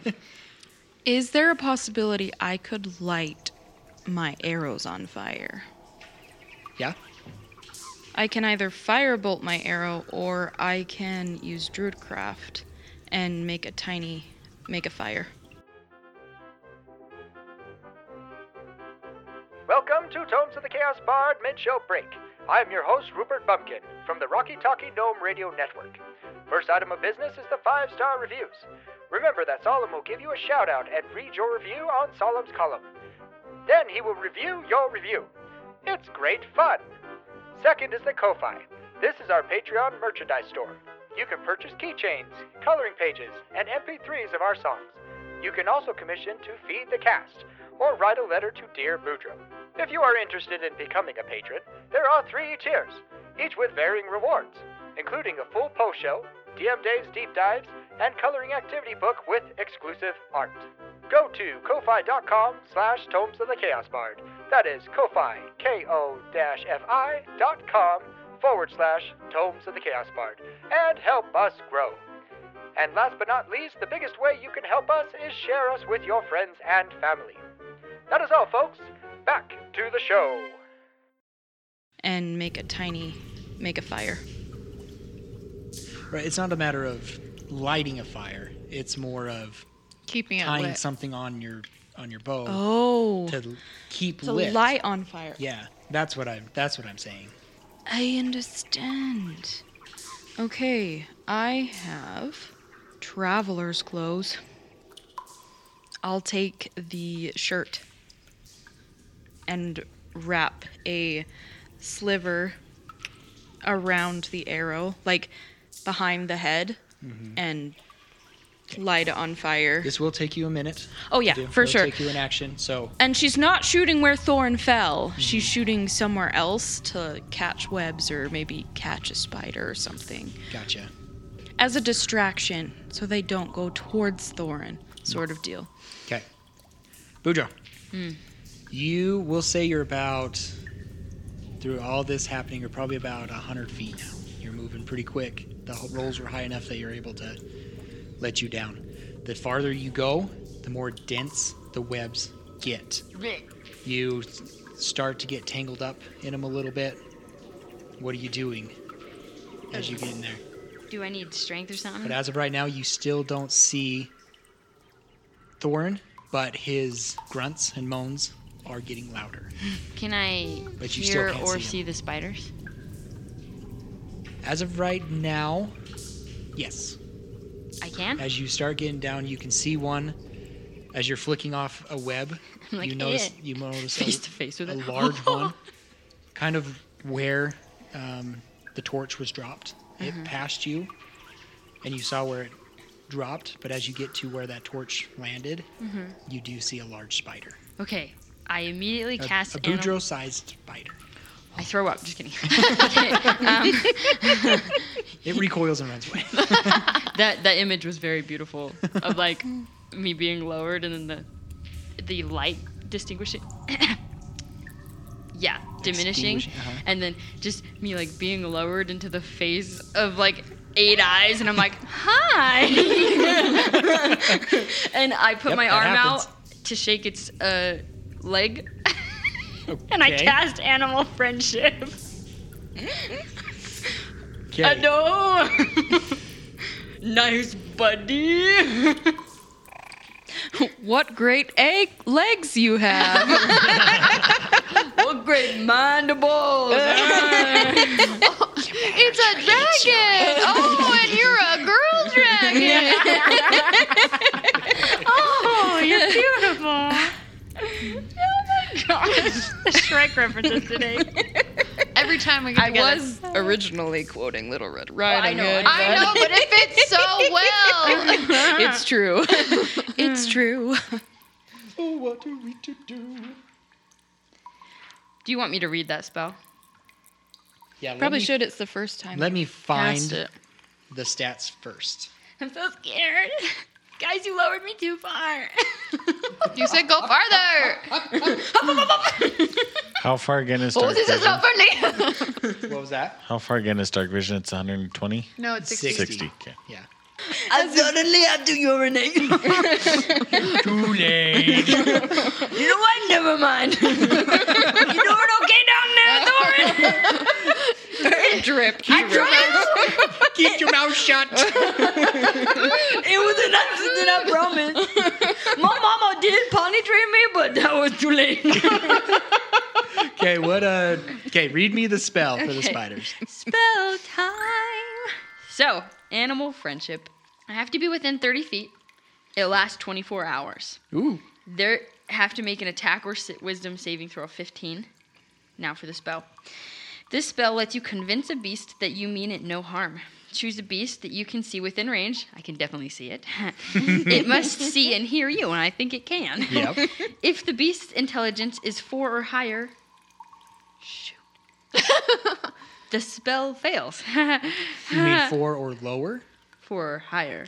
[SPEAKER 3] Is there a possibility I could light my arrows on fire?
[SPEAKER 2] Yeah?
[SPEAKER 3] I can either firebolt my arrow or I can use Druidcraft and make a tiny, make a fire.
[SPEAKER 9] Welcome to Tomes of the Chaos Bard mid show break. I am your host, Rupert Bumpkin, from the Rocky Talkie Gnome Radio Network. First item of business is the five star reviews. Remember that Solemn will give you a shout out and read your review on Solemn's column. Then he will review your review. It's great fun! Second is the Ko-Fi. This is our Patreon merchandise store. You can purchase keychains, coloring pages, and MP3s of our songs. You can also commission to feed the cast or write a letter to Dear Boudreaux. If you are interested in becoming a patron, there are three tiers, each with varying rewards, including a full post show, DM Dave's deep dives, and coloring activity book with exclusive art. Go to ko-fi.com slash tomes of the chaos bard. That is ko-fi, K-O-F-I dot com forward slash tomes of the chaos bard and help us grow. And last but not least, the biggest way you can help us is share us with your friends and family. That is all, folks. Back to the show.
[SPEAKER 3] and make a tiny, make a fire.
[SPEAKER 2] Right. It's not a matter of lighting a fire. It's more of
[SPEAKER 4] Keeping it
[SPEAKER 2] tying
[SPEAKER 4] lit.
[SPEAKER 2] something on your on your bow
[SPEAKER 3] Oh,
[SPEAKER 2] to l- keep
[SPEAKER 3] to
[SPEAKER 2] lit.
[SPEAKER 3] light on fire.
[SPEAKER 2] Yeah, that's what I'm. That's what I'm saying.
[SPEAKER 3] I understand. Okay, I have traveler's clothes. I'll take the shirt and wrap a sliver around the arrow, like behind the head, and light it on fire.
[SPEAKER 2] This will take you a minute.
[SPEAKER 3] Oh,
[SPEAKER 2] to
[SPEAKER 3] yeah,
[SPEAKER 2] do.
[SPEAKER 3] for
[SPEAKER 2] It'll
[SPEAKER 3] sure.
[SPEAKER 2] Take you in action. So
[SPEAKER 3] And she's not shooting where Thorn fell. She's shooting somewhere else to catch webs or maybe catch a spider or something
[SPEAKER 2] gotcha.
[SPEAKER 3] as a distraction so they don't go towards Thorin, sort of deal.
[SPEAKER 2] Okay. Boudreaux. You will say you're about, through all this happening, you're probably about 100 feet now. You're moving pretty quick. The ho- rolls were high enough that you're able to let you down. The farther you go, the more dense the webs get. You s- start to get tangled up in them a little bit. What are you doing as you get in there?
[SPEAKER 6] Do I need strength or something?
[SPEAKER 2] But as of right now, you still don't see Thorin, but his grunts and moans are getting louder.
[SPEAKER 6] Can I
[SPEAKER 2] But you still
[SPEAKER 6] hear
[SPEAKER 2] can't
[SPEAKER 6] or
[SPEAKER 2] see 'em.
[SPEAKER 6] see, the spiders?
[SPEAKER 2] As of right now, yes.
[SPEAKER 6] I can.
[SPEAKER 2] As you start getting down, you can see one. As you're flicking off a web,
[SPEAKER 6] I'm like,
[SPEAKER 2] you notice
[SPEAKER 6] "Eh."
[SPEAKER 2] you notice
[SPEAKER 6] Face
[SPEAKER 2] a,
[SPEAKER 6] to face with
[SPEAKER 2] a
[SPEAKER 6] it.
[SPEAKER 2] large one, kind of where um, the torch was dropped.
[SPEAKER 6] Mm-hmm.
[SPEAKER 2] It passed you, and you saw where it dropped. But as you get to where that torch landed,
[SPEAKER 6] Mm-hmm.
[SPEAKER 2] you do see a large spider.
[SPEAKER 6] Okay. I immediately
[SPEAKER 2] A,
[SPEAKER 6] cast
[SPEAKER 2] a
[SPEAKER 6] anim-
[SPEAKER 2] Boudreaux-sized spider.
[SPEAKER 6] I throw up. Just kidding.
[SPEAKER 2] It recoils and runs away.
[SPEAKER 6] that that image was very beautiful of like me being lowered and then the the light distinguishing yeah diminishing
[SPEAKER 2] Extinguishing, uh-huh.
[SPEAKER 6] and then just me like being lowered into the face of like eight eyes and i'm like hi and i put
[SPEAKER 2] Yep,
[SPEAKER 6] my
[SPEAKER 2] that
[SPEAKER 6] arm
[SPEAKER 2] happens.
[SPEAKER 6] out to shake its uh, leg and i
[SPEAKER 2] Okay.
[SPEAKER 6] cast animal friendship
[SPEAKER 2] Okay.
[SPEAKER 6] I know. nice buddy.
[SPEAKER 3] What great egg legs you have!
[SPEAKER 6] what great mind of balls.
[SPEAKER 4] It's a dragon! Oh, and you're a girl dragon! oh, you're beautiful.
[SPEAKER 6] Shrek references today.
[SPEAKER 4] Every time we get
[SPEAKER 7] I
[SPEAKER 4] together.
[SPEAKER 7] was originally quoting Little Red
[SPEAKER 6] I
[SPEAKER 7] Riding
[SPEAKER 6] know,
[SPEAKER 7] Hood.
[SPEAKER 4] I know, but it fits so well.
[SPEAKER 7] but It's true.
[SPEAKER 3] it's true.
[SPEAKER 2] Oh, what are we to do?
[SPEAKER 6] Do you want me to read that spell?
[SPEAKER 2] Yeah, let
[SPEAKER 7] Probably
[SPEAKER 2] me-
[SPEAKER 7] should. It's the first time.
[SPEAKER 2] Let me
[SPEAKER 7] Cast
[SPEAKER 2] find
[SPEAKER 7] it.
[SPEAKER 2] the stats first.
[SPEAKER 6] I'm so scared. Guys, you lowered me too far.
[SPEAKER 4] you said go farther.
[SPEAKER 5] How far again is Dark
[SPEAKER 4] Oh, this
[SPEAKER 5] Vision?
[SPEAKER 4] is not funny.
[SPEAKER 2] What was that?
[SPEAKER 5] How far again is Dark Vision? It's 120?
[SPEAKER 4] No, it's 60.
[SPEAKER 2] 60.
[SPEAKER 5] 60. Okay.
[SPEAKER 2] Yeah.
[SPEAKER 6] I suddenly had to urinate. Too late. you know what? Never mind. you doing okay down there, Thorin?
[SPEAKER 7] Drip.
[SPEAKER 6] I tried.
[SPEAKER 2] Keep your mouth shut.
[SPEAKER 6] It was an accident, I promise. My mama did penetrate me, but that was too late.
[SPEAKER 2] okay, what uh Okay, read me the spell for the
[SPEAKER 6] Okay.
[SPEAKER 2] spiders.
[SPEAKER 6] Spell time. So, animal friendship. I have to be within 30 feet. It lasts 24 hours.
[SPEAKER 2] Ooh.
[SPEAKER 6] They have to make an attack or si- wisdom saving throw of 15. Now for the spell. This spell lets you convince a beast that you mean it no harm. Choose a beast that you can see within range. I can definitely see it. it must see and hear you, and I think it can.
[SPEAKER 2] Yep.
[SPEAKER 6] If the beast's intelligence is four or higher, shoot, the spell fails.
[SPEAKER 2] You mean four or lower?
[SPEAKER 6] four or higher.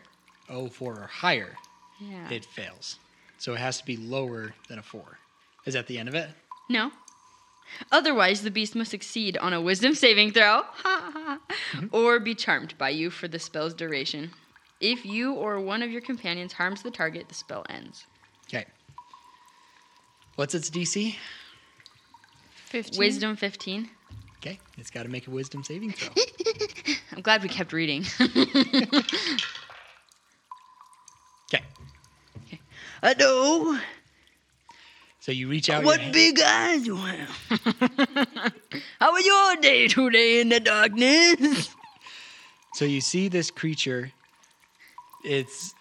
[SPEAKER 2] Oh, four or higher,
[SPEAKER 6] Yeah.
[SPEAKER 2] it fails. So it has to be lower than a four. Is that the end of it?
[SPEAKER 6] No. Otherwise, the beast must succeed on a wisdom saving throw or be charmed by you for the spell's duration. If you or one of your companions harms the target, the spell ends.
[SPEAKER 2] Okay. What's its DC?
[SPEAKER 4] 15.
[SPEAKER 6] Wisdom 15.
[SPEAKER 2] Okay, it's got to make a wisdom saving throw.
[SPEAKER 6] I'm glad we kept reading.
[SPEAKER 2] Okay,
[SPEAKER 6] Hello.
[SPEAKER 2] so you reach out. your
[SPEAKER 6] What
[SPEAKER 2] hand-
[SPEAKER 6] big eyes you have. How was your day today in the darkness?
[SPEAKER 2] So you see this creature. It's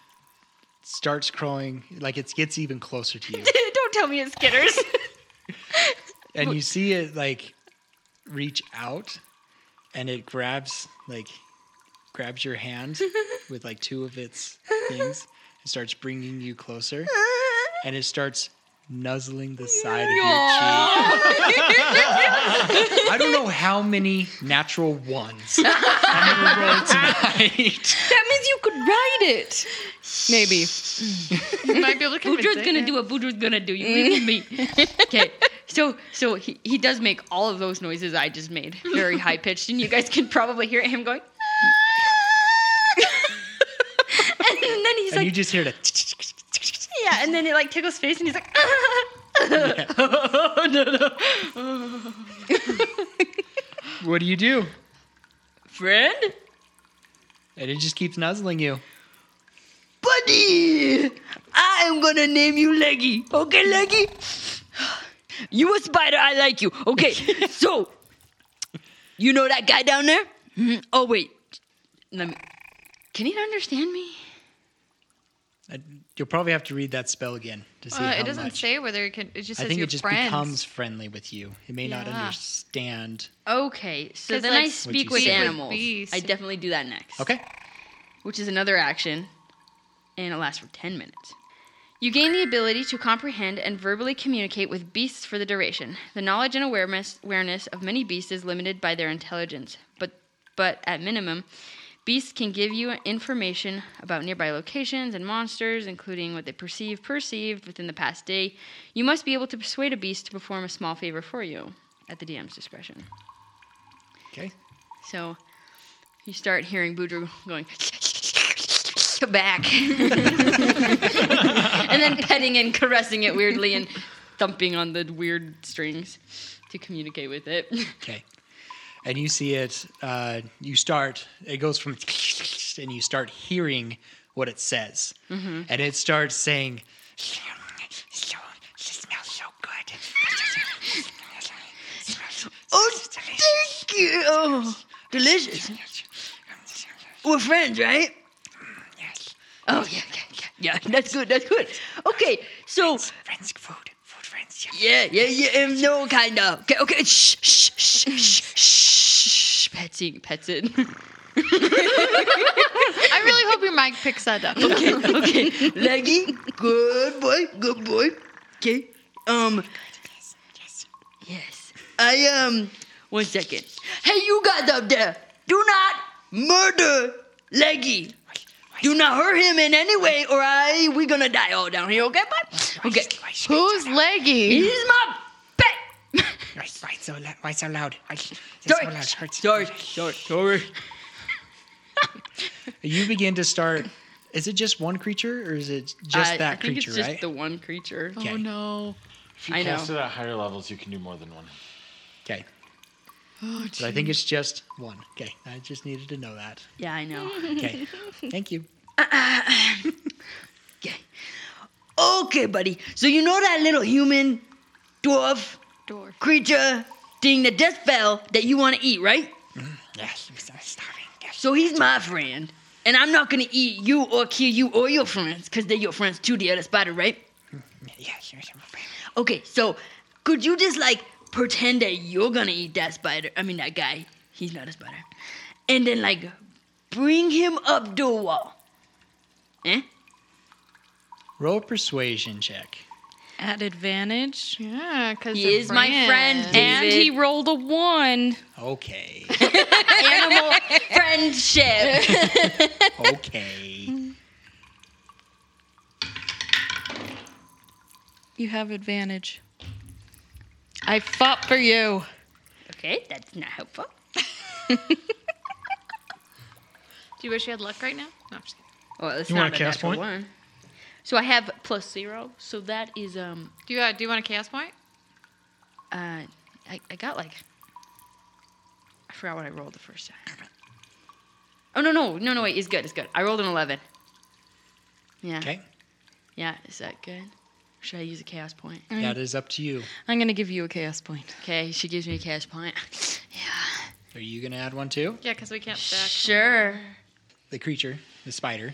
[SPEAKER 2] starts crawling like it gets even closer to you,
[SPEAKER 6] Don't tell me it's Skitters.
[SPEAKER 2] and you see it like reach out, and it grabs like grabs your hand with like two of its things and starts bringing you closer, and it starts nuzzling the side of your cheek. I don't know how many natural ones I'm gonna roll tonight.
[SPEAKER 7] That means you could ride it. Maybe.
[SPEAKER 4] You might be able to convince
[SPEAKER 6] Budra's gonna
[SPEAKER 4] it.
[SPEAKER 6] do what Budra's gonna do. You
[SPEAKER 2] Mm.
[SPEAKER 6] believe me. Okay. So so he, he does make all of those noises I just made. Very high pitched, and you guys can probably hear him going. and then he's
[SPEAKER 2] and you
[SPEAKER 6] like
[SPEAKER 2] just hear the
[SPEAKER 6] Yeah, and then it like tickles face and he's like
[SPEAKER 2] What do you do?
[SPEAKER 6] Friend?
[SPEAKER 2] And it just keeps nuzzling you.
[SPEAKER 6] Buddy! I am gonna name you Leggy. Okay, Leggy? You a spider, I like you. Okay, so you know that guy down there? Mhm. Oh wait. Let me Can he not understand me?
[SPEAKER 2] Uh, You'll probably have to read that spell again to see
[SPEAKER 4] Uh,
[SPEAKER 2] how
[SPEAKER 4] it doesn't
[SPEAKER 2] much.
[SPEAKER 4] say whether it can. It just
[SPEAKER 2] I
[SPEAKER 4] says
[SPEAKER 2] think
[SPEAKER 4] your
[SPEAKER 2] it just
[SPEAKER 4] friends.
[SPEAKER 2] becomes friendly with you. It may not
[SPEAKER 4] Yeah.
[SPEAKER 2] understand.
[SPEAKER 6] Okay, so
[SPEAKER 4] 'Cause,
[SPEAKER 6] then
[SPEAKER 4] like,
[SPEAKER 6] I
[SPEAKER 4] Would
[SPEAKER 6] speak
[SPEAKER 2] you
[SPEAKER 6] with
[SPEAKER 2] say- Speak with
[SPEAKER 6] animals.
[SPEAKER 4] beasts.
[SPEAKER 6] I definitely do that next.
[SPEAKER 2] Okay.
[SPEAKER 6] Which is another action, and it lasts for 10 minutes. You gain the ability to comprehend and verbally communicate with beasts for the duration. The knowledge and awareness, awareness of many beasts is limited by their intelligence, but, but at minimum, beasts can give you information about nearby locations and monsters, including what they perceive perceived within the past day. You must be able to persuade a beast to perform a small favor for you at the DM's discretion.
[SPEAKER 2] Okay.
[SPEAKER 6] So you start hearing Boudreaux going back, and then petting and caressing it weirdly and thumping on the weird strings to communicate with it.
[SPEAKER 2] Okay. And you see it. Uh, you start. It goes from, and you start hearing what it says, and it starts saying, "She smells so good."
[SPEAKER 6] Oh, thank you. Oh, delicious. We're friends, right?
[SPEAKER 2] Yes.
[SPEAKER 6] Oh yeah, yeah, yeah, yeah. That's good. That's good. Okay, so
[SPEAKER 2] Friends, food, food, friends. Yeah.
[SPEAKER 6] Yeah, yeah, yeah. um, No, kind of. Okay, okay. Shh, shh, shh, shh, shh. Petting, pets it.
[SPEAKER 4] I really hope your mic picks that up.
[SPEAKER 6] okay, okay. Leggy, good boy, good boy. Okay. Um. Yes. I um. One second. Hey, you guys up there! Do not murder Leggy. Do not hurt him in any way, or I we gonna die all down here. Okay, bye. Okay.
[SPEAKER 4] Who's leggy?
[SPEAKER 6] He's my pet.
[SPEAKER 2] Why, why so loud? Why so loud? Why, so
[SPEAKER 6] Sorry.
[SPEAKER 2] loud? Hurts.
[SPEAKER 6] Sorry. Sorry. Sorry.
[SPEAKER 2] You begin to start. Is it just one creature, or is it just
[SPEAKER 6] I-
[SPEAKER 2] that
[SPEAKER 6] I think
[SPEAKER 2] creature?
[SPEAKER 6] it's just
[SPEAKER 2] right.
[SPEAKER 6] the one creature.
[SPEAKER 2] okay.
[SPEAKER 4] Oh no.
[SPEAKER 5] If you
[SPEAKER 6] I
[SPEAKER 5] cast
[SPEAKER 6] know.
[SPEAKER 5] it at higher levels, you can do more than one.
[SPEAKER 2] Okay. But I think it's just one. Okay. I just needed to know that.
[SPEAKER 6] Yeah, I know.
[SPEAKER 2] Okay. Thank you.
[SPEAKER 6] okay, buddy. So you know that little human dwarf
[SPEAKER 4] Dwarf.
[SPEAKER 6] creature thing that just fell that you want to eat, right?
[SPEAKER 2] Yes, I'm so starving. Yes.
[SPEAKER 6] So he's my friend, and I'm not gonna eat you or kill you or your friends, cause they're your friends too. The other spider, right?
[SPEAKER 2] Yes, yes, I'm afraid.
[SPEAKER 6] Okay, so could you just like pretend that you're gonna eat that spider? I mean that guy. He's not a spider. And then like Bring him up the wall. Eh?
[SPEAKER 2] Roll a persuasion check.
[SPEAKER 3] At advantage.
[SPEAKER 4] Yeah, because
[SPEAKER 6] He is my friend,
[SPEAKER 3] And he
[SPEAKER 6] David.
[SPEAKER 3] rolled a one.
[SPEAKER 2] Okay.
[SPEAKER 6] animal friendship.
[SPEAKER 2] Okay.
[SPEAKER 3] You have advantage. I fought for you.
[SPEAKER 6] okay, that's not helpful.
[SPEAKER 4] Do you wish you had luck right now? No, I'm just kidding.
[SPEAKER 6] Well, it's
[SPEAKER 8] You
[SPEAKER 6] not
[SPEAKER 8] want a
[SPEAKER 6] a
[SPEAKER 8] chaos
[SPEAKER 6] natural
[SPEAKER 8] point?
[SPEAKER 6] one. So I have plus zero. So that is um
[SPEAKER 4] Do you uh, do you want a chaos point?
[SPEAKER 6] uh I, I got like I forgot what I rolled the first time. Oh no no no no wait it's good it's good. I rolled an eleven. Yeah
[SPEAKER 2] Okay.
[SPEAKER 6] yeah is that good? Should I use a chaos point?
[SPEAKER 2] That is up to you.
[SPEAKER 3] I'm gonna give you a chaos point.
[SPEAKER 6] Okay, she gives me a chaos point. yeah.
[SPEAKER 2] Are you going to add one too?
[SPEAKER 4] Yeah, because we can't stack.
[SPEAKER 6] Sure.
[SPEAKER 2] The creature, the spider,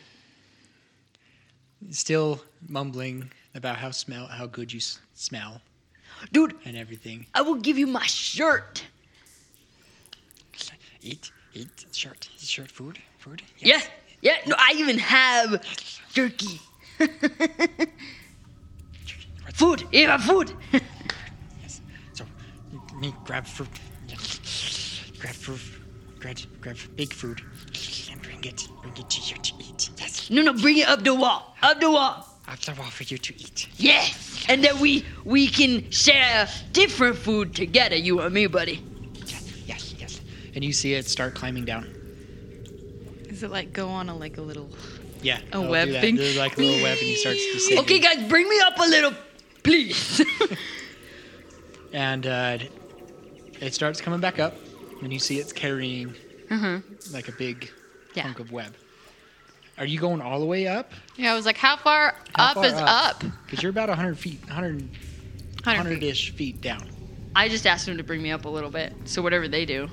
[SPEAKER 2] still mumbling about how smell, how good you s- smell
[SPEAKER 6] Dude,
[SPEAKER 2] and everything.
[SPEAKER 6] I will give you my shirt.
[SPEAKER 2] Eat, eat, shirt, shirt, food, food.
[SPEAKER 6] Yeah. Yeah. No, I even have turkey. food. Yeah, food.
[SPEAKER 2] Yes. So, me grab fruit. Yes. Grab fruit. Grab, grab big food and bring it, bring it to you to eat. Yes,
[SPEAKER 6] no, no, bring it up the wall. Up the wall.
[SPEAKER 2] up the wall for you to eat.
[SPEAKER 6] Yes. And then we we can share different food together, you and me, buddy.
[SPEAKER 2] Yes, yes, yes. And you see it start climbing down.
[SPEAKER 3] Is it like go on a like a little
[SPEAKER 2] Yeah, it'll do
[SPEAKER 3] web
[SPEAKER 2] that.
[SPEAKER 3] thing?
[SPEAKER 2] There's like a little web, and he starts descending.
[SPEAKER 6] Okay, guys, bring me up a little, please.
[SPEAKER 2] and uh, it starts coming back up, and you see it's carrying like a big
[SPEAKER 6] Yeah.
[SPEAKER 2] hunk of web. Are you going all the way up?
[SPEAKER 4] Yeah, I was like, how far
[SPEAKER 2] How
[SPEAKER 4] up
[SPEAKER 2] far
[SPEAKER 4] is up?
[SPEAKER 2] Because you're about 100 feet, 100,
[SPEAKER 4] 100 feet.
[SPEAKER 2] 100-ish feet down.
[SPEAKER 6] I just asked him to bring me up a little bit. So whatever they do.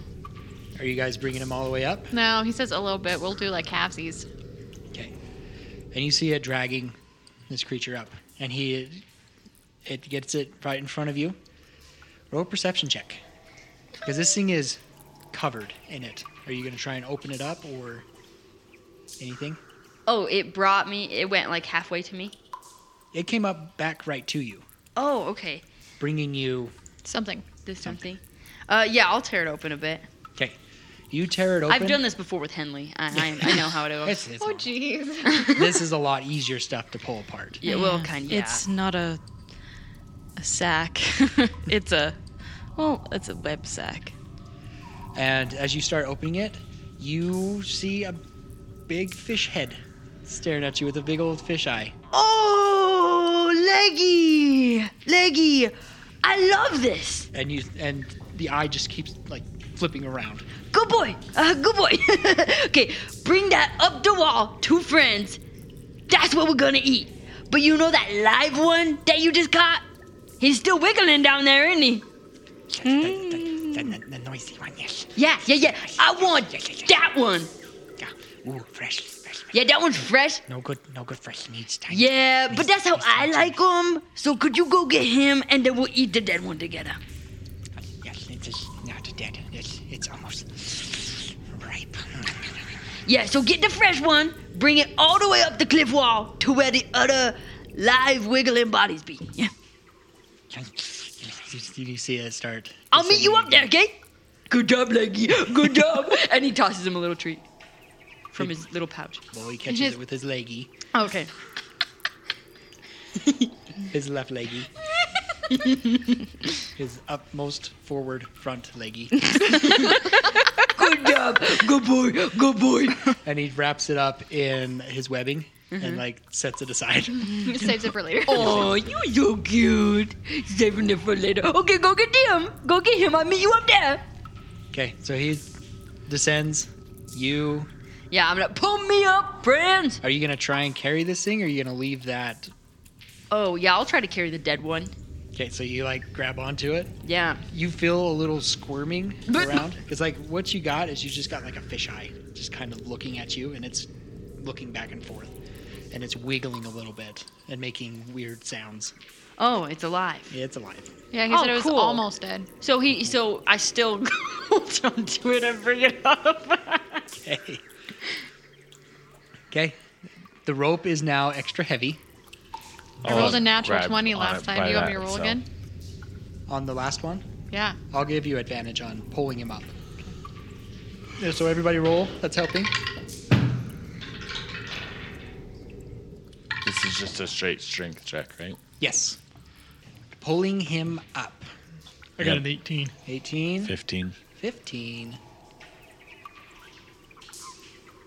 [SPEAKER 2] Are you guys bringing him all the way up?
[SPEAKER 4] No, he says a little bit. We'll do like halfsies.
[SPEAKER 2] Okay. And you see it dragging this creature up, and he it gets it right in front of you. Roll a perception check, because this thing is covered in it. Are you going to try and open it up or anything?
[SPEAKER 6] Oh, it brought me. It went like halfway to me.
[SPEAKER 2] It came up back right to you,
[SPEAKER 6] Oh, okay.
[SPEAKER 2] bringing you.
[SPEAKER 4] Something.
[SPEAKER 6] There's something. Uh, yeah, I'll tear it open a bit.
[SPEAKER 2] Okay. You tear it open.
[SPEAKER 6] I've done this before with Henley. I, I, I know how it goes.
[SPEAKER 2] It's, it's
[SPEAKER 4] Oh,
[SPEAKER 2] not-
[SPEAKER 4] jeez.
[SPEAKER 2] this is a lot easier stuff to pull apart.
[SPEAKER 6] yeah, well, kind of. Yeah.
[SPEAKER 3] It's not a a sack. it's a well, it's a web sack.
[SPEAKER 2] And as you start opening it, you see a big fish head staring at you with a big old fish eye.
[SPEAKER 6] Oh, leggy, leggy! I love this.
[SPEAKER 2] and you and the eye just keeps like flipping around.
[SPEAKER 6] Good boy. Uh, good boy. okay, bring that up the wall. Two friends. That's what we're gonna eat. But you know that live one that you just caught? He's still wiggling down there, isn't he?
[SPEAKER 2] Yes,
[SPEAKER 6] Hmm.
[SPEAKER 2] the, the, the, the noisy one, yes.
[SPEAKER 6] Yeah, yeah, yeah. I want that one.
[SPEAKER 2] Yeah. Ooh, fresh, fresh, fresh.
[SPEAKER 6] Yeah, that one's fresh.
[SPEAKER 2] No good, no good fresh needs time.
[SPEAKER 6] Yeah, but that's how I like him. So could you go get him and then we'll eat the dead one together?
[SPEAKER 2] Yes, it is not dead. Yes, it's almost ripe.
[SPEAKER 6] Yeah, so get the fresh one, bring it all the way up the cliff wall to where the other live wiggling bodies be. Yeah.
[SPEAKER 2] you, you see it start.
[SPEAKER 6] I'll meet you up there, okay? Good job, Leggy. Good job. and he tosses him a little treat from his little pouch.
[SPEAKER 2] Well, he catches it with his leggy,
[SPEAKER 6] Okay.
[SPEAKER 2] his left leggy, his upmost forward front leggy,
[SPEAKER 6] Good job. Good boy. Good boy.
[SPEAKER 2] and he wraps it up in his webbing and like sets it aside.
[SPEAKER 4] Saves it for later.
[SPEAKER 6] Oh, you so cute. Saving it for later. Okay, go get him. Go get him. I'll meet you up there.
[SPEAKER 2] Okay, so he descends. You
[SPEAKER 6] Yeah, I'm gonna pull me up, friends.
[SPEAKER 2] are you gonna try and carry this thing, or are you gonna leave that?
[SPEAKER 6] Oh yeah, I'll try to carry the dead one.
[SPEAKER 2] Okay, so you like grab onto it.
[SPEAKER 6] Yeah.
[SPEAKER 2] You feel a little squirming
[SPEAKER 6] But-
[SPEAKER 2] around because like what you got is you just got like a fish eye, just kind of looking at you, and it's looking back and forth, and it's wiggling a little bit and making weird sounds.
[SPEAKER 6] Oh, it's alive.
[SPEAKER 2] Yeah, it's alive.
[SPEAKER 4] Yeah, he
[SPEAKER 6] Oh,
[SPEAKER 4] said it was
[SPEAKER 6] cool.
[SPEAKER 4] almost dead.
[SPEAKER 6] So he, so I still hold on to it and bring it up.
[SPEAKER 2] Okay, Okay. The rope is now extra heavy.
[SPEAKER 4] I rolled a natural
[SPEAKER 5] Grab
[SPEAKER 4] 20
[SPEAKER 5] on it
[SPEAKER 4] last time.
[SPEAKER 5] by
[SPEAKER 4] Do you want
[SPEAKER 5] that,
[SPEAKER 4] me to roll
[SPEAKER 5] so-
[SPEAKER 4] again?
[SPEAKER 2] On the last one,
[SPEAKER 4] Yeah.
[SPEAKER 2] I'll give you advantage on pulling him up. Yeah, So everybody roll. That's helping.
[SPEAKER 5] This is just a straight strength check, right?
[SPEAKER 2] Yes. Pulling him up.
[SPEAKER 8] I got
[SPEAKER 5] Yep.
[SPEAKER 8] an 18.
[SPEAKER 2] 18,
[SPEAKER 5] 15.
[SPEAKER 2] 15,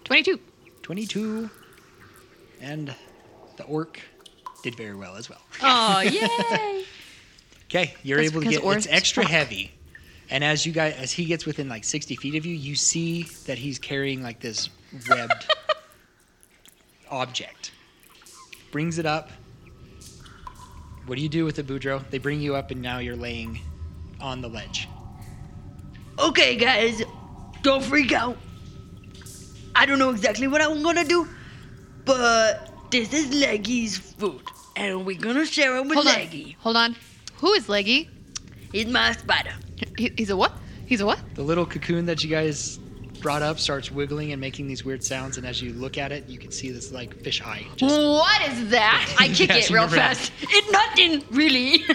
[SPEAKER 4] 22.
[SPEAKER 2] 22. And the orc did very well as well.
[SPEAKER 10] Oh, yay!
[SPEAKER 2] Okay, you're
[SPEAKER 11] That's
[SPEAKER 2] able to
[SPEAKER 11] because
[SPEAKER 2] get it's
[SPEAKER 11] orcs
[SPEAKER 2] extra
[SPEAKER 11] suck.
[SPEAKER 2] heavy. And as you guys as he gets within like 60 feet of you, you see that he's carrying like this webbed object. Brings it up. What do you do with it, Boudreaux? They bring you up and now you're laying on the ledge.
[SPEAKER 6] Okay, guys, don't freak out. I don't know exactly what I'm gonna do, but this is Leggy's food, and we're gonna share it with
[SPEAKER 4] Hold
[SPEAKER 6] Leggy.
[SPEAKER 4] on. Hold on. Who is Leggy?
[SPEAKER 6] He's my spider.
[SPEAKER 4] He, he's a what? He's a what?
[SPEAKER 2] The little cocoon that you guys brought up starts wiggling and making these weird sounds, and as you look at it, you can see this like fish eye just
[SPEAKER 10] what is that? I kick
[SPEAKER 2] Yeah,
[SPEAKER 10] it
[SPEAKER 2] she
[SPEAKER 10] real
[SPEAKER 2] remembered that.
[SPEAKER 10] fast. It nothing, really.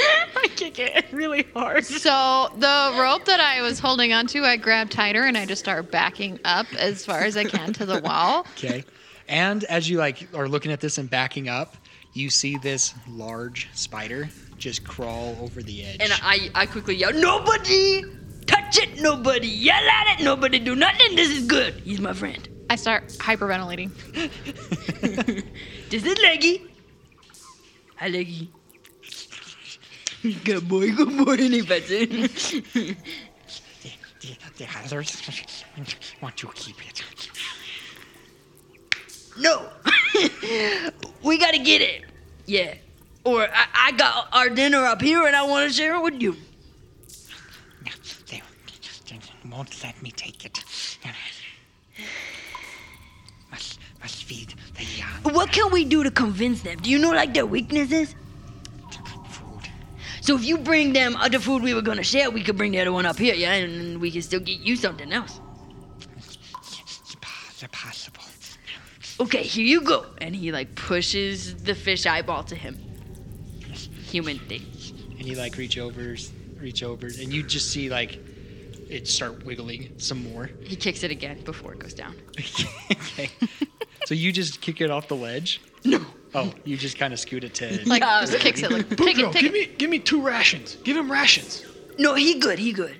[SPEAKER 10] I kick it really hard.
[SPEAKER 4] So the rope that I was holding onto, I grab tighter and I just start backing up as far as I can to the wall.
[SPEAKER 2] Okay. And as you like are looking at this and backing up, you see this large spider just crawl over the edge.
[SPEAKER 10] And I, I quickly yell, no,
[SPEAKER 6] Nobody touch it, nobody yell at it, nobody do nothing. This is good. He's my friend.
[SPEAKER 4] I start hyperventilating.
[SPEAKER 6] This is Leggy. Hi, Leggy. Good boy, good boy, and he bets it.
[SPEAKER 2] the, the others want to keep it.
[SPEAKER 6] No. we gotta get it. Yeah. Or I, I got our dinner up here and I wanna share it with you.
[SPEAKER 2] They, they won't let me take it. Must, must feed the uh, young
[SPEAKER 6] What can we do to convince them? Do you know like their weaknesses?
[SPEAKER 2] food.
[SPEAKER 6] So if you bring them other food we were gonna share, we could bring the other one up here, yeah, and we can still get you something else.
[SPEAKER 2] It's pos- possible.
[SPEAKER 6] Okay, here you go.
[SPEAKER 10] and he like pushes the fish eyeball to him. Human thing.
[SPEAKER 2] And you like reach over, reach over, and you just see like it start wiggling some more.
[SPEAKER 10] He kicks it again before it goes down.
[SPEAKER 2] okay. So you just kick it off the ledge? No. Oh, you just kind of scoot it to.
[SPEAKER 4] Like just kicks it like take
[SPEAKER 8] Boudreaux,
[SPEAKER 4] it, take
[SPEAKER 8] give
[SPEAKER 4] it.
[SPEAKER 8] me give me two rations. Give him rations.
[SPEAKER 6] No, he good, he good.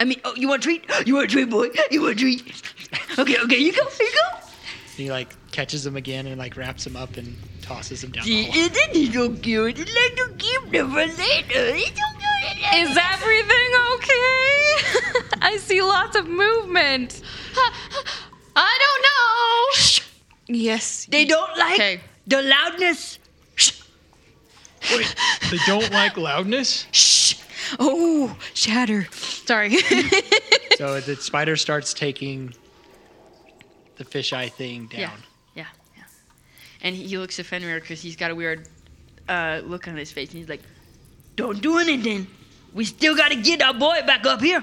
[SPEAKER 6] I mean, oh, you want a treat? You want a treat, boy? You want a treat? Okay, okay, you go, you go.
[SPEAKER 2] He like catches him again and like wraps him up and tosses him down. The
[SPEAKER 6] See,
[SPEAKER 2] hole.
[SPEAKER 6] isn't he so cute? He's like to keep them for later. He's so cute.
[SPEAKER 3] Is everything okay? I see lots of movement.
[SPEAKER 4] I don't know.
[SPEAKER 3] Yes.
[SPEAKER 6] They don't like
[SPEAKER 10] Okay.
[SPEAKER 6] the loudness.
[SPEAKER 8] Wait, they don't like loudness?
[SPEAKER 11] Oh, shatter.
[SPEAKER 3] Sorry.
[SPEAKER 2] So the spider starts taking the fisheye thing down.
[SPEAKER 10] Yeah. Yeah. Yeah. And he- he looks at Fenrir because he's got a weird uh, look on his face, and he's like,
[SPEAKER 6] Don't do anything. We still gotta get our boy back up here.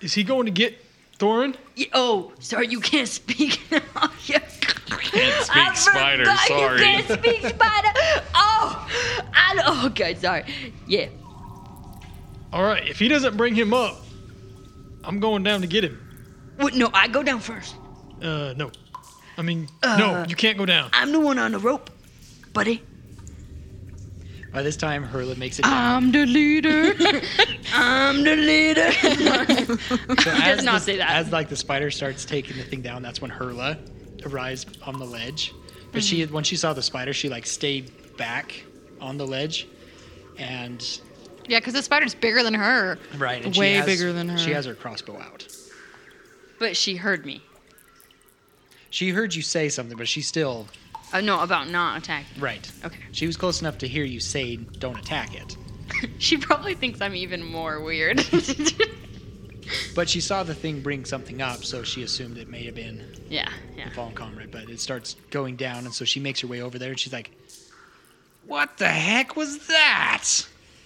[SPEAKER 8] Is he going to get Thorin?
[SPEAKER 6] Ye- Oh, sorry, you can't speak. now. Yeah.
[SPEAKER 5] Can't speak
[SPEAKER 6] I
[SPEAKER 5] spider,
[SPEAKER 6] forgot
[SPEAKER 5] sorry.
[SPEAKER 6] You can't speak spider. Oh, I. Oh, okay, sorry. Yeah.
[SPEAKER 8] All right, if he doesn't bring him up, I'm going down to get him.
[SPEAKER 6] Wait, no, I go down first.
[SPEAKER 8] Uh, no. I mean,
[SPEAKER 2] Uh.
[SPEAKER 8] no, you can't go down.
[SPEAKER 6] I'm the one on the rope, buddy.
[SPEAKER 2] By this time, Hurla makes it down.
[SPEAKER 3] I'm the leader.
[SPEAKER 6] I'm the leader.
[SPEAKER 2] So as
[SPEAKER 10] does not
[SPEAKER 2] the-
[SPEAKER 10] say that.
[SPEAKER 2] As like the spider starts taking the thing down, that's when Hurla arrives on the ledge. But she, when she saw the spider, she like stayed back on the ledge, and
[SPEAKER 4] Yeah, because the spider's bigger than her.
[SPEAKER 2] right, and she
[SPEAKER 3] Way
[SPEAKER 2] has-
[SPEAKER 3] bigger than her.
[SPEAKER 2] She has her crossbow out.
[SPEAKER 10] but she heard me.
[SPEAKER 2] She heard you say something, but she still
[SPEAKER 10] Uh, no, about not attacking.
[SPEAKER 2] right.
[SPEAKER 10] Okay.
[SPEAKER 2] She was close enough to hear you say, "Don't attack it,"
[SPEAKER 10] She probably thinks I'm even more weird.
[SPEAKER 2] but she saw the thing bring something up, so she assumed it may have been
[SPEAKER 10] yeah. Yeah.
[SPEAKER 2] Fallen Comrade. But it starts going down, and so she makes her way over there, and she's like, "What the heck was that?"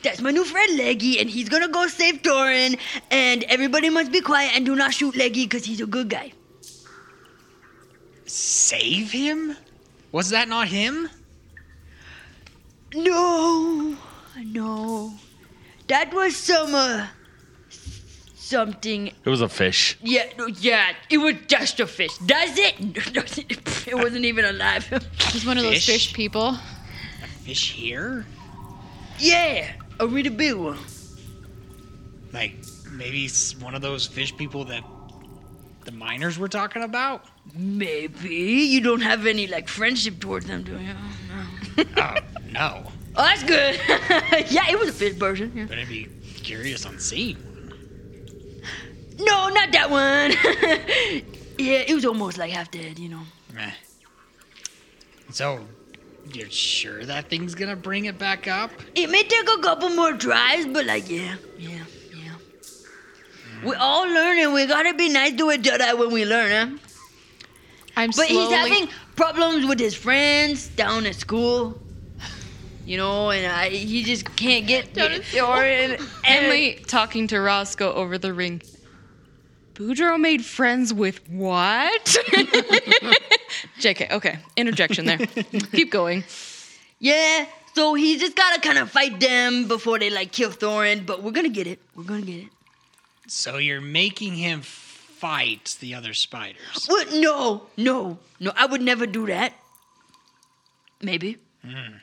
[SPEAKER 6] That's my new friend Leggy, and he's gonna go save Torin. And everybody must be quiet and do not shoot Leggy because he's a good guy.
[SPEAKER 2] Save him? Was that not him?
[SPEAKER 6] No, no, that was some uh, something.
[SPEAKER 5] It was a fish.
[SPEAKER 6] Yeah, no, yeah, it was just a fish. That's it. it wasn't even alive.
[SPEAKER 4] He's one of those
[SPEAKER 6] Fish?
[SPEAKER 4] fish people.
[SPEAKER 2] Fish here?
[SPEAKER 6] Yeah, a really big one.
[SPEAKER 2] Like maybe it's one of those fish people that the miners were talking about?
[SPEAKER 6] Maybe you don't have any like friendship towards them, do you?
[SPEAKER 2] Oh, no.
[SPEAKER 6] Oh, that's good. yeah, it was a fish person. yeah.
[SPEAKER 2] But I'd be curious on seeing
[SPEAKER 6] No, not that one. yeah, it was almost like half dead, you know.
[SPEAKER 2] Meh. So, you're sure that thing's gonna bring it back up?
[SPEAKER 6] It may take a couple more tries, but like, yeah, yeah, yeah. We all learning. We gotta be nice to each other when we learn, huh?
[SPEAKER 4] I'm
[SPEAKER 6] But he's
[SPEAKER 4] slowly-
[SPEAKER 6] having problems with his friends down at school. You know, and I, he just can't get or and,
[SPEAKER 3] Emily talking to Roscoe over the ring. Boudreaux made friends with what? JK, okay. Interjection there. Keep going.
[SPEAKER 6] Yeah, so he just gotta kind of fight them before they like kill Thorin. But we're gonna get it. We're gonna get it.
[SPEAKER 2] So you're making him fight the other spiders.
[SPEAKER 6] What? No, no, no. I would never do that. Maybe.
[SPEAKER 2] Hmm.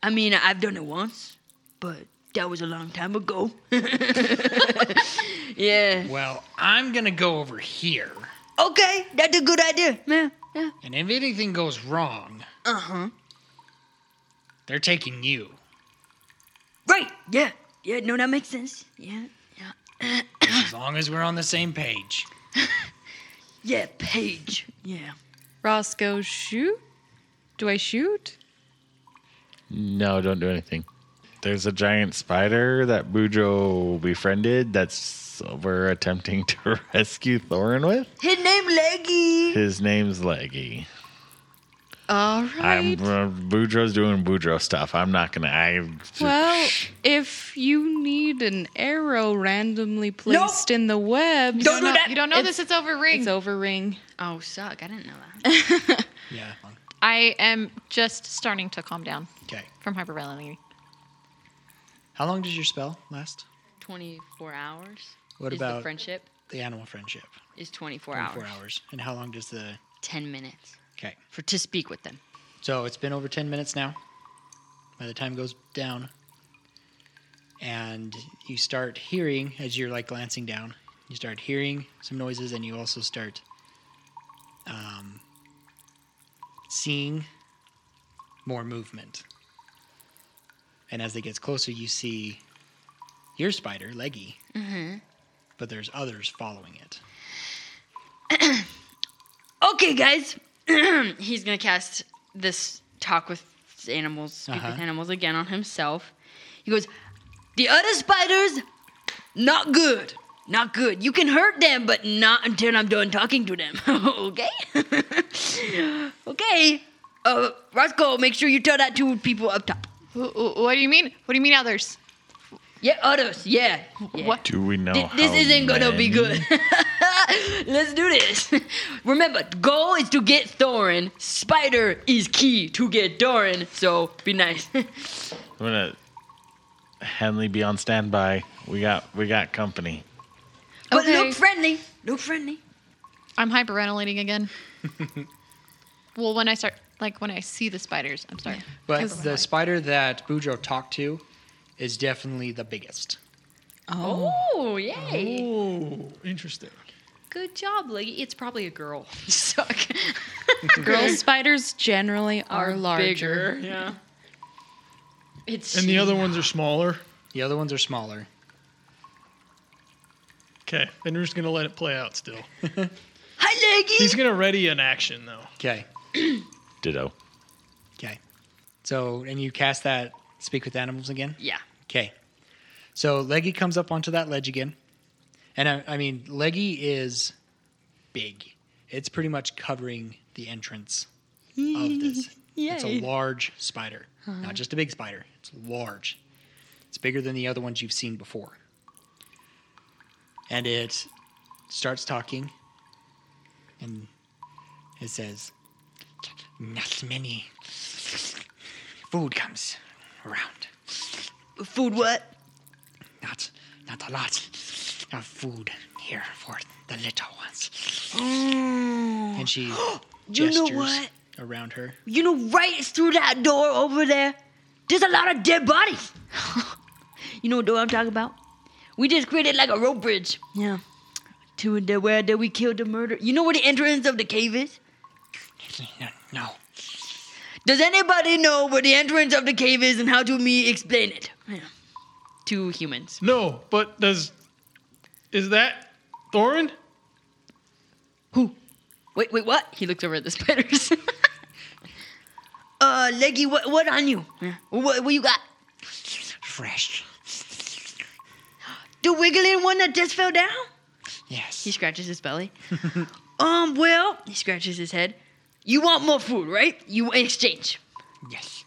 [SPEAKER 6] I mean, I've done it once, but that was a long time ago. yeah.
[SPEAKER 2] Well, I'm gonna go over here,
[SPEAKER 6] Okay, that's a good idea, man.
[SPEAKER 2] and if anything goes wrong,
[SPEAKER 6] Uh huh.
[SPEAKER 2] they're taking you.
[SPEAKER 6] Right. Yeah. Yeah. No, that makes sense. Yeah. Yeah.
[SPEAKER 2] As long as we're on the same page.
[SPEAKER 6] yeah. Page. Yeah.
[SPEAKER 3] Roscoe, shoot? Do I shoot?
[SPEAKER 5] No, don't do anything. There's a giant spider that Boudreaux befriended that's we're attempting to rescue Thorin with.
[SPEAKER 6] His name Leggy.
[SPEAKER 5] His name's Leggy.
[SPEAKER 3] All right.
[SPEAKER 5] I'm uh, Boudreaux's doing Boudreaux stuff. I'm not gonna. I
[SPEAKER 3] Well, if you need an arrow randomly placed in the web,
[SPEAKER 4] Don't do that. You don't know this. It's over ring.
[SPEAKER 3] It's over ring.
[SPEAKER 12] Oh, suck. I didn't know that.
[SPEAKER 2] Yeah.
[SPEAKER 4] I am just starting to calm down
[SPEAKER 2] Okay.
[SPEAKER 4] from hyperventilating.
[SPEAKER 2] How long does your spell last?
[SPEAKER 12] 24 hours.
[SPEAKER 2] What
[SPEAKER 12] is
[SPEAKER 2] about-
[SPEAKER 12] the friendship?
[SPEAKER 2] The animal friendship.
[SPEAKER 12] Is 24,
[SPEAKER 2] Four
[SPEAKER 12] hours.
[SPEAKER 2] hours. And how long does the?
[SPEAKER 12] 10 minutes
[SPEAKER 2] Okay.
[SPEAKER 12] for to speak with them.
[SPEAKER 2] So it's been over 10 minutes now. By the time it goes down, and you start hearing, as you're like glancing down, you start hearing some noises, and you also start um, seeing more movement. And as it gets closer, you see your spider, Leggy,
[SPEAKER 12] Mhm.
[SPEAKER 2] but there's others following it.
[SPEAKER 6] Okay, guys.
[SPEAKER 12] He's going to cast this talk with animals, speak with
[SPEAKER 2] Uh-huh.
[SPEAKER 12] animals again on himself.
[SPEAKER 6] He goes. The other spiders, not good. Not good. You can hurt them, but not until I'm done talking to them. okay? okay. Uh, Roscoe, make sure you tell that to people up top.
[SPEAKER 4] Wh- wh- What do you mean? What do you mean others?
[SPEAKER 6] Yeah, others. Yeah. yeah.
[SPEAKER 4] What?
[SPEAKER 5] do we know?
[SPEAKER 8] Oh,
[SPEAKER 6] Th- this
[SPEAKER 5] how
[SPEAKER 6] isn't gonna be
[SPEAKER 5] many?
[SPEAKER 6] good. Let's do this. Remember, goal is to get Thorin. Spider is key to get Thorin. So be nice.
[SPEAKER 5] I'm gonna Henley be on standby. We got we got company.
[SPEAKER 6] but
[SPEAKER 4] Okay.
[SPEAKER 6] look friendly. Look friendly.
[SPEAKER 4] I'm hyperventilating again. well, when I start, like when I see the spiders, I'm sorry.
[SPEAKER 2] But
[SPEAKER 4] Because-
[SPEAKER 2] the spider that Boudreaux talked to is definitely the biggest.
[SPEAKER 13] Oh.
[SPEAKER 12] Oh, yay.
[SPEAKER 8] Oh, interesting.
[SPEAKER 12] Good job, Leggy. It's probably a girl. You suck.
[SPEAKER 3] Girl spiders generally are, larger.
[SPEAKER 12] Bigger. Yeah. It's
[SPEAKER 8] And the other ones are smaller.
[SPEAKER 2] The other ones are smaller.
[SPEAKER 8] Okay, and we're just gonna let it play out still.
[SPEAKER 6] Hi, Leggy.
[SPEAKER 8] He's gonna ready an action though.
[SPEAKER 2] Okay.
[SPEAKER 5] Ditto.
[SPEAKER 2] Okay. So, and you cast that speak with animals again?
[SPEAKER 12] Yeah.
[SPEAKER 2] Okay. So Leggy comes up onto that ledge again. And I, I mean, Leggy is big. It's pretty much covering the entrance of this. It's a large spider, not just a big spider. It's large. It's bigger than the other ones you've seen before. And it starts talking and it says, Not many food comes around.
[SPEAKER 6] Food what?
[SPEAKER 2] Not not a lot of food here for the little ones. And she
[SPEAKER 6] Mm. You
[SPEAKER 2] gestures
[SPEAKER 6] know what?
[SPEAKER 2] around her.
[SPEAKER 6] You know, right through that door over there, there's a lot of dead bodies. you know what door I'm talking about? We just created like a rope bridge. Yeah. To and there where that we killed the murder. You know where the entrance of the cave is?
[SPEAKER 2] No, no.
[SPEAKER 6] Does anybody know where the entrance of the cave is and how do me explain it? Yeah. To humans.
[SPEAKER 8] No, but does is that Thorin?
[SPEAKER 6] Wait, wait, what? He looked over at the spiders. uh, Leggy, what, what on you? What, what you got?
[SPEAKER 2] Fresh.
[SPEAKER 6] The wiggling one that just fell down?
[SPEAKER 2] Yes.
[SPEAKER 6] He scratches his belly. um, well, he scratches his head. You want more food, right? You want exchange.
[SPEAKER 2] Yes.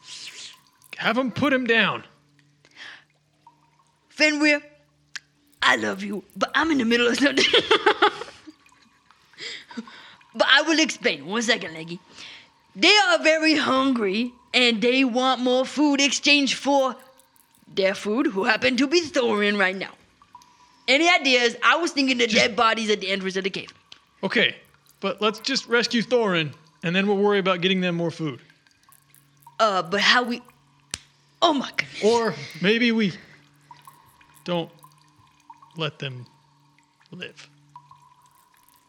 [SPEAKER 8] Have him put him down.
[SPEAKER 6] Fenrir, I love you, but I'm in the middle of something. but I will explain. One second, Leggy. They are very hungry and they want more food exchange for their food, who happen to be Thorin right now. Any ideas? I was thinking the dead bodies at the entrance of the cave.
[SPEAKER 8] Okay, but let's just rescue Thorin, and then we'll worry about getting them more food.
[SPEAKER 6] Uh, but how we? Oh my god!
[SPEAKER 8] Or maybe we don't let them live.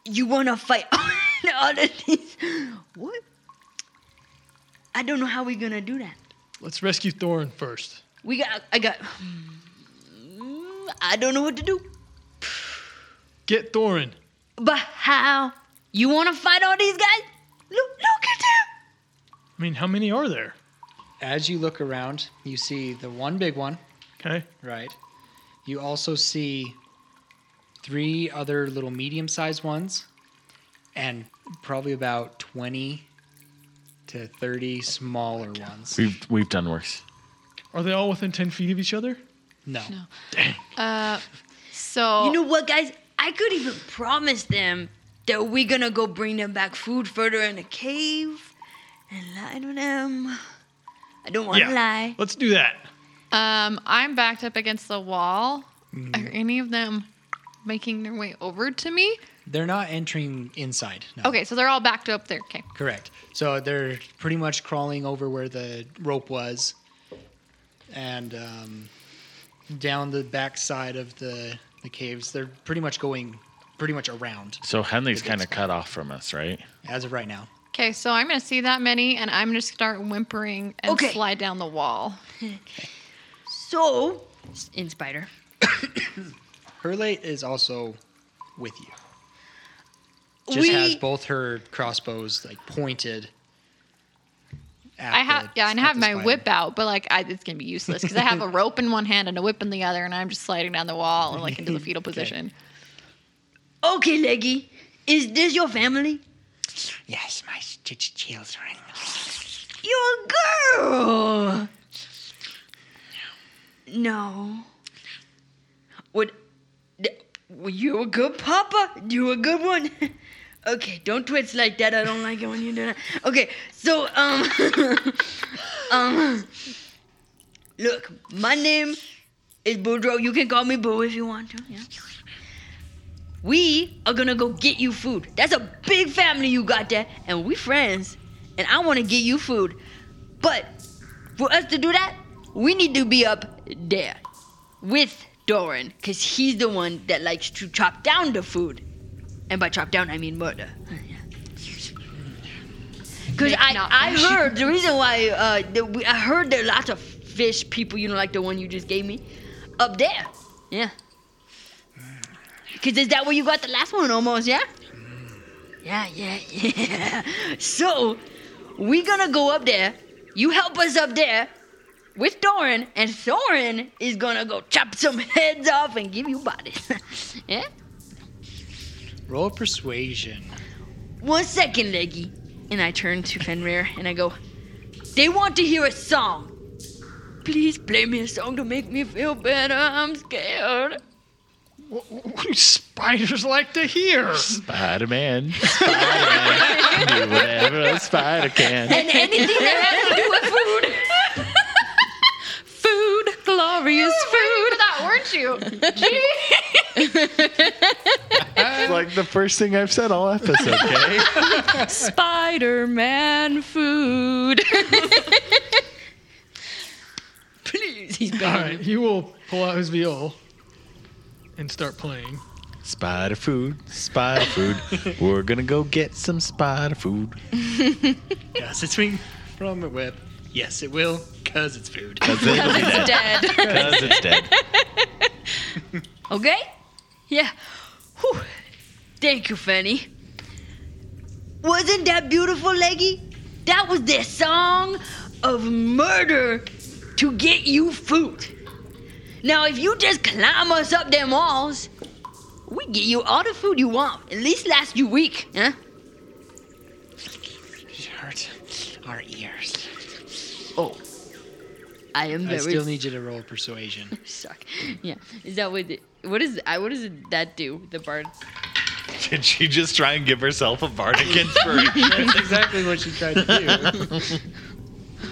[SPEAKER 6] You wanna fight all of these? What? I don't know how we're gonna do that.
[SPEAKER 8] Let's rescue Thorin first.
[SPEAKER 6] We got. I got. I don't know what to do.
[SPEAKER 8] Get Thorin.
[SPEAKER 6] But how? You wanna fight all these guys? Look! Look at them!
[SPEAKER 8] I mean, how many are there?
[SPEAKER 2] As you look around, you see the one big one.
[SPEAKER 8] Okay.
[SPEAKER 2] Right. You also see three other little medium sized ones and probably about 20 to 30 smaller ones.
[SPEAKER 5] We've we've done worse.
[SPEAKER 8] Are they all within ten feet of each other?
[SPEAKER 2] No.
[SPEAKER 4] Uh, so
[SPEAKER 6] You know what, guys? I could even promise them that we're gonna go bring them back food further in the cave and lie to them. I don't wanna lie.
[SPEAKER 8] Let's do that.
[SPEAKER 4] um, I'm backed up against the wall. Are any of them making their way over to me?
[SPEAKER 2] They're not entering inside. No.
[SPEAKER 4] Okay, so they're all backed up there. Okay.
[SPEAKER 2] Correct. So they're pretty much crawling over where the rope was and um, down the back side of the, the caves. They're pretty much going pretty much around
[SPEAKER 5] So Henley's kind of cut off from us, right?
[SPEAKER 2] as of right now.
[SPEAKER 4] Okay, so I'm gonna see that many, and I'm gonna start whimpering and
[SPEAKER 6] Okay.
[SPEAKER 4] slide down the wall.
[SPEAKER 6] So,
[SPEAKER 14] in spider.
[SPEAKER 2] Hurlate is also with you. Just
[SPEAKER 6] we.
[SPEAKER 2] has both her crossbows like pointed. At
[SPEAKER 4] I have
[SPEAKER 2] the-
[SPEAKER 4] yeah, and I
[SPEAKER 2] at
[SPEAKER 4] have
[SPEAKER 2] the
[SPEAKER 4] my
[SPEAKER 2] spider.
[SPEAKER 4] whip out, but like I, it's gonna be useless because I have a rope in one hand and a whip in the other, and I'm just sliding down the wall and like into the fetal position.
[SPEAKER 6] Okay, Leggy, is this your family?
[SPEAKER 2] Yes, my ch- ch- children.
[SPEAKER 6] You're a girl. No. What? th- Well, you a good papa. You a good one. okay, don't twitch like that. I don't like it when you do that. Okay, so um, um, look, my name is Boudreaux. You can call me Boo if you want to. Yeah. We are gonna go get you food. That's a big family you got there, and we friends. And I wanna get you food. But for us to do that, we need to be up there with Doran, because he's the one that likes to chop down the food. And by chop down, I mean murder. Because I, I heard the reason why uh, the, we, I heard there are lots of fish people, you know, like the one you just gave me, up there. Yeah. Because is that where you got the last one almost, yeah? Yeah, yeah, yeah. So, we gonna go up there. You help us up there with Thorin, and Thorin is gonna go chop some heads off and give you Eh? bodies. yeah?
[SPEAKER 2] Roll persuasion.
[SPEAKER 6] One second, Leggy. And I turn to Fenrir and I go, They want to hear a song.
[SPEAKER 15] Please play me a song to make me feel better. I'm scared.
[SPEAKER 8] What, do spiders like to hear?
[SPEAKER 5] Spider Man. Spider Man. do whatever a spider can.
[SPEAKER 15] anything that has to do with food.
[SPEAKER 3] Food, glorious food.
[SPEAKER 4] that, weren't you?
[SPEAKER 5] It's like the first thing I've said all episode, okay?
[SPEAKER 3] Spider Man food.
[SPEAKER 6] Please, he's
[SPEAKER 8] All
[SPEAKER 6] begging.
[SPEAKER 8] right, he will pull out his viol and start playing.
[SPEAKER 5] Spider food, spider food. We're gonna go get some spider food.
[SPEAKER 2] Yes, it's swing from the web. Yes, it will, cause it's food.
[SPEAKER 5] Because it'll be dead.
[SPEAKER 15] Dead.
[SPEAKER 5] Because it's dead.
[SPEAKER 15] Okay?
[SPEAKER 6] Yeah. Whew.
[SPEAKER 15] Thank you, Fanny.
[SPEAKER 6] Wasn't that beautiful, Leggy? That was the song of murder to get you food. Now, if you just climb us up them walls, we get you all the food you want. At least last you week, huh?
[SPEAKER 2] It hurts our ears.
[SPEAKER 6] Oh, I am
[SPEAKER 2] I
[SPEAKER 6] very
[SPEAKER 2] still need you to roll persuasion.
[SPEAKER 6] suck.
[SPEAKER 15] Yeah. Is that what? What is? I what does that do? The bard.
[SPEAKER 5] Did she just try and give herself a bardic inspiration?
[SPEAKER 2] That's exactly what she tried to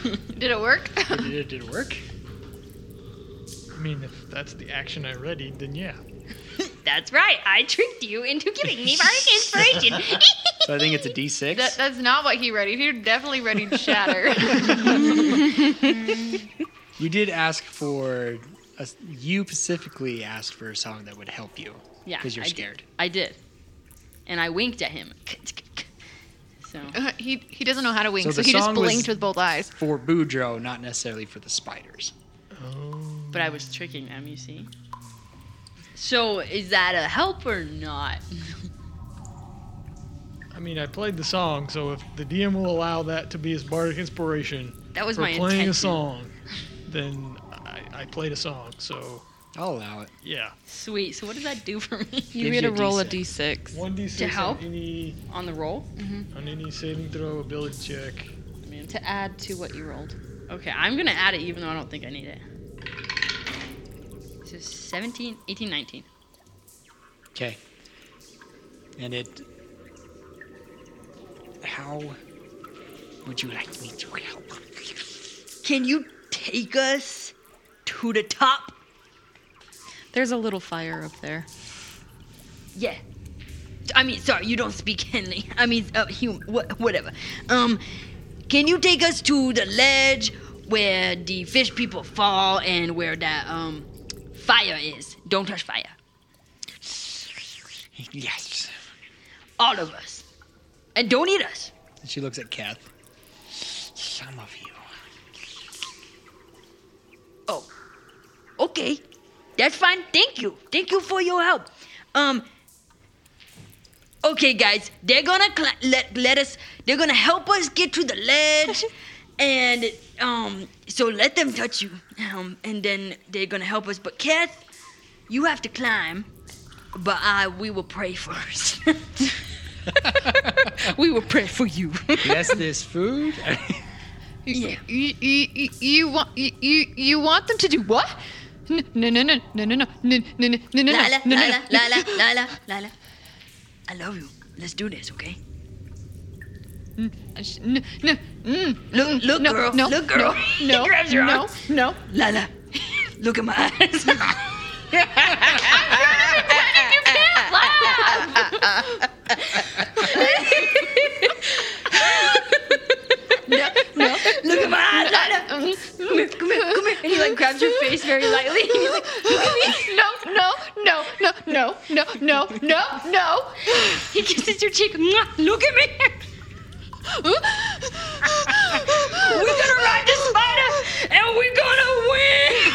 [SPEAKER 2] do.
[SPEAKER 4] Did it work?
[SPEAKER 2] Did it, did it work?
[SPEAKER 8] I mean, if that's the action I readied, then yeah.
[SPEAKER 6] That's right. I tricked you into giving me my inspiration.
[SPEAKER 2] So I think it's a D6.
[SPEAKER 4] That, that's not what he readied. He definitely readied Shatter.
[SPEAKER 2] you did ask for, a, you specifically asked for a song that would help you.
[SPEAKER 15] Yeah,
[SPEAKER 2] Because you're
[SPEAKER 15] I did.
[SPEAKER 2] scared.
[SPEAKER 15] I did, and I winked at him. So
[SPEAKER 4] he he doesn't know how to wink,
[SPEAKER 2] So
[SPEAKER 4] so,
[SPEAKER 2] the
[SPEAKER 4] he just
[SPEAKER 2] song was-
[SPEAKER 4] blinked with both eyes.
[SPEAKER 2] For Boudreaux, not necessarily for the spiders.
[SPEAKER 15] but I was tricking him, you see. So is that a help or not?
[SPEAKER 8] I mean, I played the song, so if the DM will allow that to be his bardic inspiration
[SPEAKER 15] That was
[SPEAKER 8] for
[SPEAKER 15] my
[SPEAKER 8] playing
[SPEAKER 15] intention.
[SPEAKER 8] a song, then I, I played a song. So
[SPEAKER 2] I'll allow it.
[SPEAKER 8] yeah,
[SPEAKER 15] Sweet. So what does that do for me
[SPEAKER 3] You
[SPEAKER 2] Gives
[SPEAKER 3] get
[SPEAKER 2] you
[SPEAKER 3] to
[SPEAKER 2] a
[SPEAKER 3] roll a
[SPEAKER 2] D6.
[SPEAKER 3] d6.
[SPEAKER 8] one d
[SPEAKER 15] To
[SPEAKER 8] six on
[SPEAKER 15] help?
[SPEAKER 8] any
[SPEAKER 15] on the roll?
[SPEAKER 8] on any saving throw, ability check.
[SPEAKER 15] I mean, to add to what you rolled. Okay, I'm gonna add it even though I don't think I need it. So 17, 18, 19.
[SPEAKER 2] Okay. And it. How would you like me to help?
[SPEAKER 6] Can you take us to the top?
[SPEAKER 3] There's a little fire up there.
[SPEAKER 6] Yeah. I mean, sorry, you don't speak Henley. I mean, uh, human, wha- whatever. Um, can you take us to the ledge where the fish people fall and where that um fire is? Don't touch fire.
[SPEAKER 2] Yes.
[SPEAKER 6] All of us, and don't eat us.
[SPEAKER 2] And she looks at Kath. Some of you.
[SPEAKER 6] Oh, okay, that's fine. Thank you, thank you for your help. Um. Okay, guys, they're gonna cl- let let us. They're gonna help us get to the ledge, and um. So let them touch you, um, and then they're gonna help us. But Kath, you have to climb. But I, we will pray first.
[SPEAKER 3] We will pray for you.
[SPEAKER 2] Yes, this food.
[SPEAKER 6] yeah.
[SPEAKER 4] You, you, you, you want you, you you want them to do what? No no no no no no no no no no no no
[SPEAKER 6] Lila,
[SPEAKER 4] no
[SPEAKER 6] Lila,
[SPEAKER 4] no.
[SPEAKER 6] Lila, Lila, Lila. I love you. Let's do this, okay?
[SPEAKER 4] Sh- no no mm,
[SPEAKER 6] Look, look,
[SPEAKER 4] no
[SPEAKER 6] girl.
[SPEAKER 4] no
[SPEAKER 6] look, girl.
[SPEAKER 4] no
[SPEAKER 6] he grabs your
[SPEAKER 4] no
[SPEAKER 6] arm.
[SPEAKER 4] no.
[SPEAKER 6] Lala, look at my eyes. Look at my eyes, Lala.
[SPEAKER 4] Mm-hmm.
[SPEAKER 6] Come here, come here, come here. And he like grabs your face very lightly. He's like, look at me.
[SPEAKER 4] No, no, no, no, no, no, no, no, no.
[SPEAKER 6] He kisses your cheek. Mwah. Look at me. we're gonna ride the spider and we're gonna win.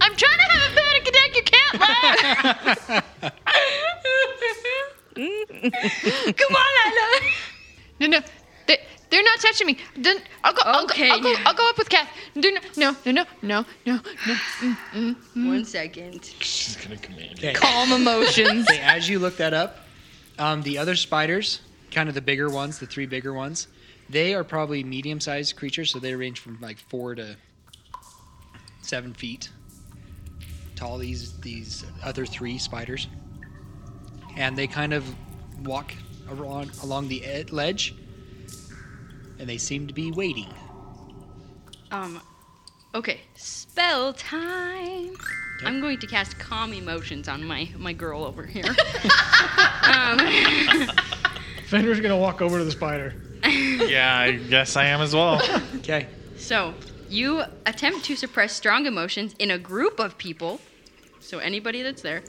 [SPEAKER 4] I'm trying to have a panic attack. You can't laugh.
[SPEAKER 6] Come on, Lala.
[SPEAKER 4] No, no. They, they're not touching me. Then I'll go. I'll go.
[SPEAKER 15] Okay,
[SPEAKER 4] I'll go,
[SPEAKER 15] now.
[SPEAKER 4] I'll go up with Kath. No, no, no, no, no, no, no. no.
[SPEAKER 6] One second.
[SPEAKER 5] She's gonna command
[SPEAKER 2] Okay.
[SPEAKER 3] Calm emotions.
[SPEAKER 2] Okay, as you look that up, um, the other spiders, kind of the bigger ones, the three bigger ones, They are probably medium-sized creatures, so they range from like four to seven feet tall. These these other three spiders, and they kind of walk along along the ed- ledge, and they seem to be waiting.
[SPEAKER 9] Um, okay, spell time. I'm going to cast calm emotions on my my girl over here. um,
[SPEAKER 8] Fenrir's gonna walk over to the spider.
[SPEAKER 5] yeah, I guess I am as well.
[SPEAKER 2] Okay.
[SPEAKER 9] so you attempt to suppress strong emotions in a group of people. So anybody that's there.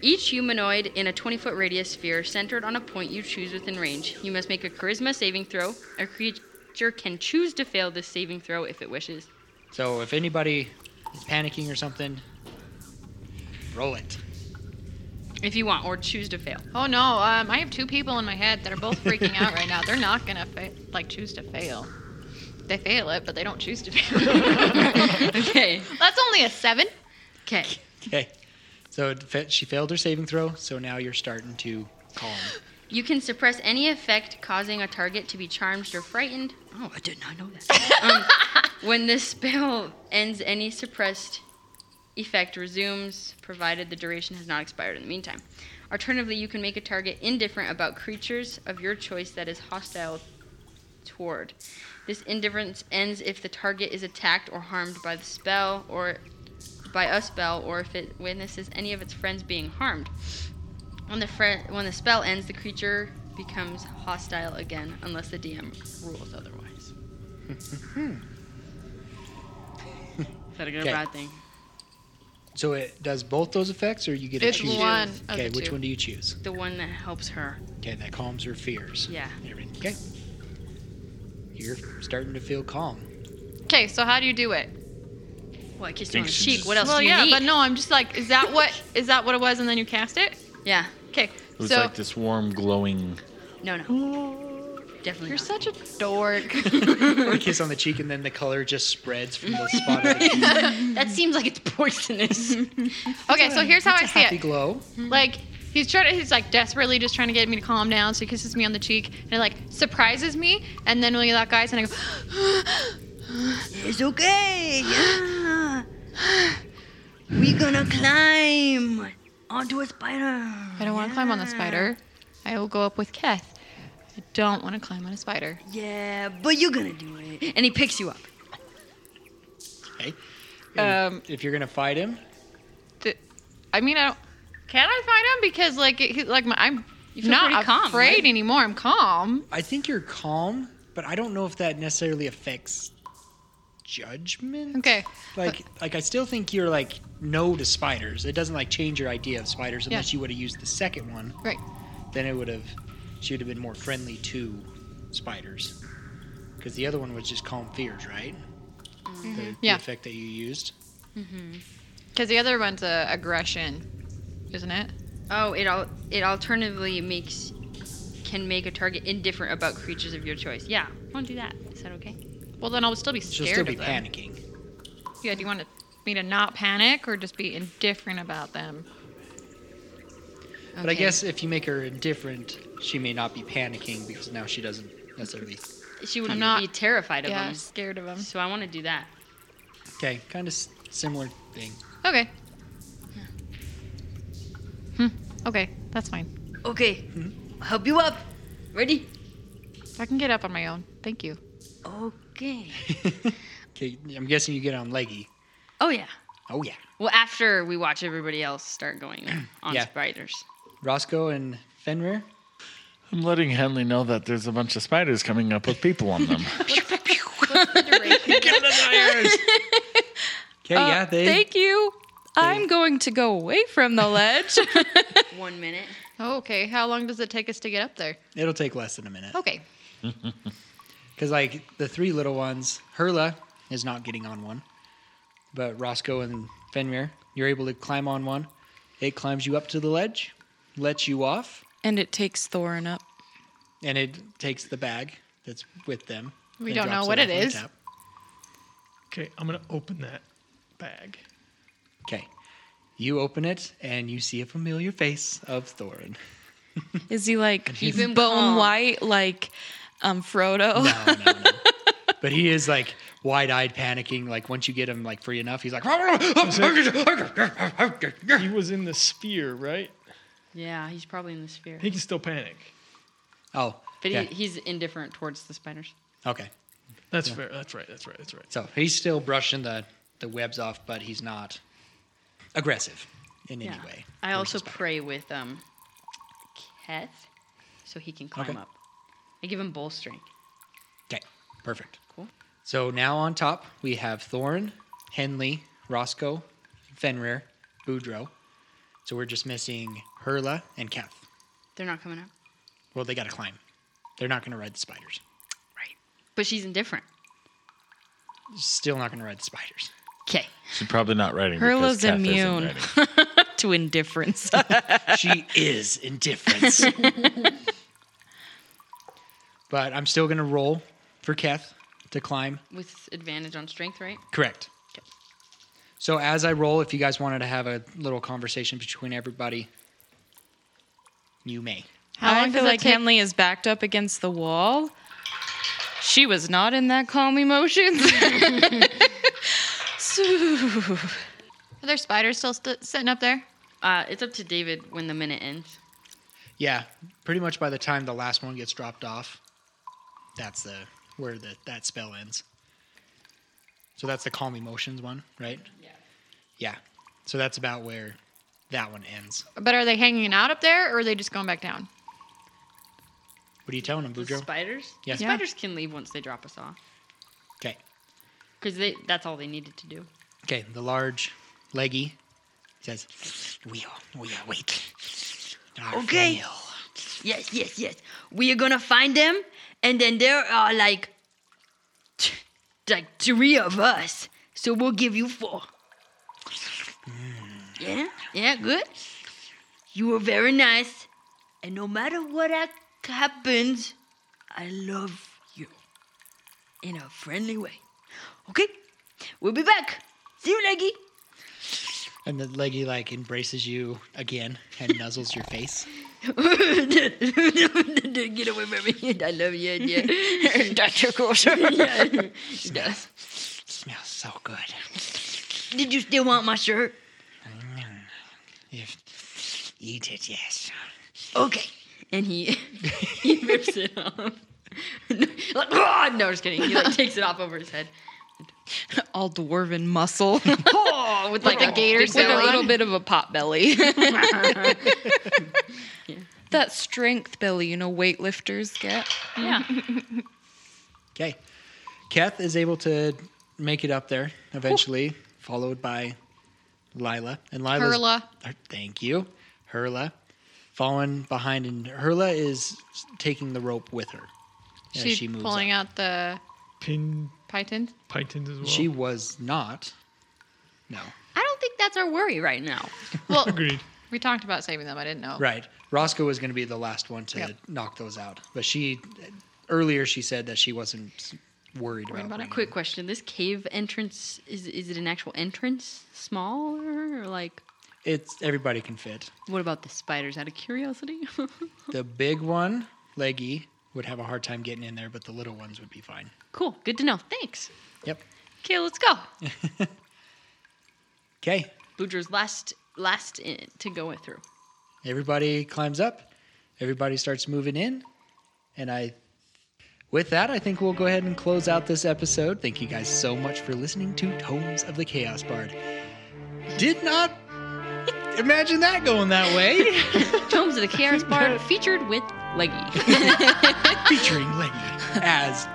[SPEAKER 9] Each humanoid in a 20 foot radius sphere centered on a point you choose within range. You must make a charisma saving throw. A creature can choose to fail this saving throw if it wishes.
[SPEAKER 2] So if anybody is panicking or something, roll it.
[SPEAKER 9] If you want, or choose to fail.
[SPEAKER 4] Oh no, um, I have two people in my head that are both freaking out right now. They're not gonna fa- like choose to fail. They fail it, but they don't choose to fail.
[SPEAKER 9] okay.
[SPEAKER 4] That's only a seven.
[SPEAKER 9] Okay.
[SPEAKER 2] Okay. So it fa- she failed her saving throw, so now you're starting to calm.
[SPEAKER 9] You can suppress any effect causing a target to be charmed or frightened. Oh, I did not know that. um, when this spell ends, any suppressed effect resumes, provided the duration has not expired in the meantime. Alternatively, you can make a target indifferent about creatures of your choice that is hostile toward. This indifference ends if the target is attacked or harmed by the spell or by a spell or if it witnesses any of its friends being harmed. When the fre- when the spell ends, the creature becomes hostile again unless the DM rules otherwise. Is that a good
[SPEAKER 2] Okay.
[SPEAKER 9] or bad thing?
[SPEAKER 2] So it does both those effects, or you get to
[SPEAKER 9] It's
[SPEAKER 2] choose.
[SPEAKER 9] one of
[SPEAKER 2] Okay,
[SPEAKER 9] the
[SPEAKER 2] which
[SPEAKER 9] two.
[SPEAKER 2] one do you choose?
[SPEAKER 9] The one that helps her.
[SPEAKER 2] Okay, that calms her fears.
[SPEAKER 9] Yeah.
[SPEAKER 2] and everything. Okay. You're starting to feel calm.
[SPEAKER 4] Okay, so how do you do it?
[SPEAKER 9] Well, I kissed
[SPEAKER 2] you on the Think she cheek. What else
[SPEAKER 4] well,
[SPEAKER 9] do you
[SPEAKER 4] yeah,
[SPEAKER 9] need?
[SPEAKER 4] but no, I'm just like, is that what is that what it was? And then you cast it.
[SPEAKER 9] Yeah.
[SPEAKER 4] Okay.
[SPEAKER 5] It was
[SPEAKER 4] so
[SPEAKER 5] like this warm, glowing.
[SPEAKER 9] No, no. Definitely.
[SPEAKER 4] you're such a dork.
[SPEAKER 2] A kiss on the cheek, and then the color just spreads from the spot. of the cheek.
[SPEAKER 9] that seems like it's poisonous.
[SPEAKER 4] okay, so here's how I see
[SPEAKER 2] Happy
[SPEAKER 4] it.
[SPEAKER 2] glow.
[SPEAKER 4] Like he's trying to, he's like desperately just trying to get me to calm down. So he kisses me on the cheek and it like surprises me. And then we lock eyes and I go,
[SPEAKER 6] It's okay. Yeah. We're gonna climb onto a spider.
[SPEAKER 4] I don't want to climb on the spider. I will go up with Keth. I don't want to climb on a spider.
[SPEAKER 6] Yeah, but you're gonna do it.
[SPEAKER 9] And he picks you up.
[SPEAKER 2] Okay.
[SPEAKER 4] Um,
[SPEAKER 2] if you're gonna fight him,
[SPEAKER 4] Th- I mean, I don't. Can I find him? Because like, it, he- like my, I'm
[SPEAKER 9] feel
[SPEAKER 4] not
[SPEAKER 9] pretty calm,
[SPEAKER 4] afraid
[SPEAKER 9] right?
[SPEAKER 4] anymore. I'm calm.
[SPEAKER 2] I think you're calm, but I don't know if that necessarily affects judgment.
[SPEAKER 4] Okay.
[SPEAKER 2] Like, like I still think you're like no to spiders. It doesn't like change your idea of spiders unless you would have used the second one.
[SPEAKER 4] Right.
[SPEAKER 2] Then it would have, she would have been more friendly to spiders, because the other one was just calm fears, right? The, the
[SPEAKER 4] Mm-hmm. Yeah.
[SPEAKER 2] effect that you used.
[SPEAKER 4] Because the other one's a aggression, isn't it?
[SPEAKER 9] Oh, it all it alternatively makes can make a target indifferent about creatures of your choice. Yeah. Won't do that. Is that okay?
[SPEAKER 4] Well, then I'll still be
[SPEAKER 2] She'll still
[SPEAKER 4] scared
[SPEAKER 2] be
[SPEAKER 4] of them.
[SPEAKER 2] panicking.
[SPEAKER 4] Yeah. Do you want to, me to not panic or just be indifferent about them?
[SPEAKER 2] But I guess if you make her indifferent, she may not be panicking because now she doesn't necessarily.
[SPEAKER 9] she would
[SPEAKER 4] I'm not-
[SPEAKER 9] be terrified of
[SPEAKER 4] yeah,
[SPEAKER 9] them.
[SPEAKER 4] scared of them.
[SPEAKER 9] So I want to do that.
[SPEAKER 2] Okay, kind of s- similar thing.
[SPEAKER 4] Okay. Hmm. Okay, that's fine.
[SPEAKER 6] Okay, help you up.
[SPEAKER 9] Ready?
[SPEAKER 4] I can get up on my own. Thank you.
[SPEAKER 6] Okay.
[SPEAKER 2] Okay, I'm guessing you get on leggy.
[SPEAKER 9] Oh yeah.
[SPEAKER 2] Oh yeah.
[SPEAKER 9] Well, after we watch everybody else start going on
[SPEAKER 2] Yeah.
[SPEAKER 9] spiders.
[SPEAKER 2] Roscoe and Fenrir.
[SPEAKER 5] I'm letting Henley know that there's a bunch of spiders coming up with people on them.
[SPEAKER 2] Okay,
[SPEAKER 4] Uh,
[SPEAKER 2] yeah, they.
[SPEAKER 3] Thank you. I'm going to go away from the ledge.
[SPEAKER 9] One minute.
[SPEAKER 4] Oh, okay. How long does it take us to get up there?
[SPEAKER 2] It'll take less than a minute.
[SPEAKER 4] Okay.
[SPEAKER 2] Because like the three little ones, Hurla is not getting on one, but Roscoe and Fenrir, you're able to climb on one. It climbs you up to the ledge, lets you off,
[SPEAKER 3] and it takes Thorin up.
[SPEAKER 2] and it takes the bag that's with them.
[SPEAKER 4] We
[SPEAKER 2] and
[SPEAKER 4] don't
[SPEAKER 2] drops
[SPEAKER 4] know what
[SPEAKER 2] it
[SPEAKER 4] it
[SPEAKER 2] off on
[SPEAKER 4] is.
[SPEAKER 2] top.
[SPEAKER 8] Okay, I'm gonna open that bag.
[SPEAKER 2] Okay. You open it and you see a familiar face of Thorin.
[SPEAKER 3] Is he like
[SPEAKER 9] Keep him
[SPEAKER 3] bone
[SPEAKER 9] calm.
[SPEAKER 3] white, like um, Frodo.
[SPEAKER 2] But he is like wide eyed panicking. Like once you get him like free enough, he's like
[SPEAKER 8] he was in the sphere, right?
[SPEAKER 9] Yeah, he's probably in the sphere.
[SPEAKER 8] He can still panic.
[SPEAKER 2] Oh,
[SPEAKER 9] But
[SPEAKER 2] yeah.
[SPEAKER 9] he, he's indifferent towards the spiders.
[SPEAKER 2] okay.
[SPEAKER 8] That's fair. That's right. That's right. That's right.
[SPEAKER 2] So he's still brushing the, the webs off, but he's not aggressive in any way.
[SPEAKER 9] I also pray with um, Keth so he can climb
[SPEAKER 2] Okay.
[SPEAKER 9] up. I give him bull strength.
[SPEAKER 2] Okay, perfect.
[SPEAKER 9] Cool.
[SPEAKER 2] So now on top we have Thorn, Henley, Roscoe, Fenrir, Boudreaux. So we're just missing Hurla and Keth.
[SPEAKER 9] They're not coming up.
[SPEAKER 2] Well, they got to climb. They're not going to ride the spiders.
[SPEAKER 9] But she's indifferent.
[SPEAKER 2] Still not going to ride the spiders.
[SPEAKER 9] Okay.
[SPEAKER 5] She's probably not writing.
[SPEAKER 3] Hurla's
[SPEAKER 5] because Kath isn't
[SPEAKER 3] immune
[SPEAKER 5] writing.
[SPEAKER 3] to indifference.
[SPEAKER 2] she is indifference. but I'm still going to roll for Keth to climb.
[SPEAKER 9] With advantage on strength, right?
[SPEAKER 2] Correct. So as I roll, if you guys wanted to have a little conversation between everybody, you may.
[SPEAKER 4] How long
[SPEAKER 3] I feel
[SPEAKER 4] does it
[SPEAKER 3] like
[SPEAKER 4] take-
[SPEAKER 3] Henley is backed up against the wall. She was not in that calm emotion. So-
[SPEAKER 4] Are there spiders still st- sitting up there?
[SPEAKER 9] Uh, it's up to David when the minute ends.
[SPEAKER 2] Yeah, pretty much by the time the last one gets dropped off, that's the where the that spell ends. So that's the calm emotions one, right? Yeah. Yeah. So that's about where that one ends.
[SPEAKER 4] But are they hanging out up there, or are they just going back down?
[SPEAKER 2] What are you telling him,
[SPEAKER 9] The
[SPEAKER 2] Boudreaux?
[SPEAKER 9] spiders?
[SPEAKER 2] Yeah.
[SPEAKER 9] The
[SPEAKER 2] Yeah.
[SPEAKER 9] spiders can leave once they drop us off.
[SPEAKER 2] Okay.
[SPEAKER 9] Because they that's all they needed to do.
[SPEAKER 2] Okay, the large, leggy says, "We are, we are weak." Our
[SPEAKER 6] Okay.
[SPEAKER 2] frail."
[SPEAKER 6] Yes, yes, yes. We are gonna find them, and then there are like, t- like three of us. So we'll give you four. Hmm. Yeah, yeah, good. You were very nice, and no matter what ac- happens, I love you in a friendly way. Okay, we'll be back. See you, Leggy.
[SPEAKER 2] And the leggy like embraces you again and nuzzles your face.
[SPEAKER 6] Get away from me. I love you. Yeah. That's your culture. yeah. it does.
[SPEAKER 2] Smells so good.
[SPEAKER 6] Did you still want my shirt?
[SPEAKER 2] If eat it, yes.
[SPEAKER 6] Okay. And he he rips it off.
[SPEAKER 9] Like, "Ah!" no, just kidding. He like takes it off over his head.
[SPEAKER 3] All dwarven muscle.
[SPEAKER 9] Oh, with like a gator
[SPEAKER 3] with a
[SPEAKER 9] belly.
[SPEAKER 3] little bit of a pot belly. That strength belly, you know, weightlifters get.
[SPEAKER 9] Yeah.
[SPEAKER 2] Okay. Keth is able to make it up there eventually, followed by Lila. And Lila's
[SPEAKER 4] Hurla.
[SPEAKER 2] Her- Thank you. Hurla. Fallen behind and Hurla is taking the rope with her as
[SPEAKER 4] She's
[SPEAKER 2] she moves.
[SPEAKER 4] pulling
[SPEAKER 2] up.
[SPEAKER 4] out the
[SPEAKER 8] Pin
[SPEAKER 4] pythons.
[SPEAKER 8] pythons as well.
[SPEAKER 2] She was not. No.
[SPEAKER 9] I don't think that's our worry right now.
[SPEAKER 4] Well,
[SPEAKER 8] agreed.
[SPEAKER 4] we talked about saving them. I didn't know.
[SPEAKER 2] Right. Roscoe was going to be the last one to
[SPEAKER 4] Yep.
[SPEAKER 2] knock those out. But she earlier she said that she wasn't worried,
[SPEAKER 4] Worried
[SPEAKER 2] about,
[SPEAKER 4] about it?
[SPEAKER 2] bringing-
[SPEAKER 9] Quick question: This cave entrance is is it an actual entrance, smaller or like
[SPEAKER 2] It's everybody can fit.
[SPEAKER 9] what about the spiders? Out of curiosity,
[SPEAKER 2] The big one, leggy, would have a hard time getting in there, but the little ones would be fine.
[SPEAKER 9] cool, good to know. Thanks.
[SPEAKER 2] Yep.
[SPEAKER 9] Okay, let's go.
[SPEAKER 2] Okay.
[SPEAKER 9] Boudreaux's last last in, to go it through.
[SPEAKER 2] Everybody climbs up. Everybody starts moving in. And I with that, I think we'll go ahead and close out this episode. Thank you guys so much for listening to Tomes of the Chaos Bard. Did not imagine that going that way.
[SPEAKER 9] Tomes of the Chaos Bard featured with Leggy.
[SPEAKER 2] Featuring Leggy as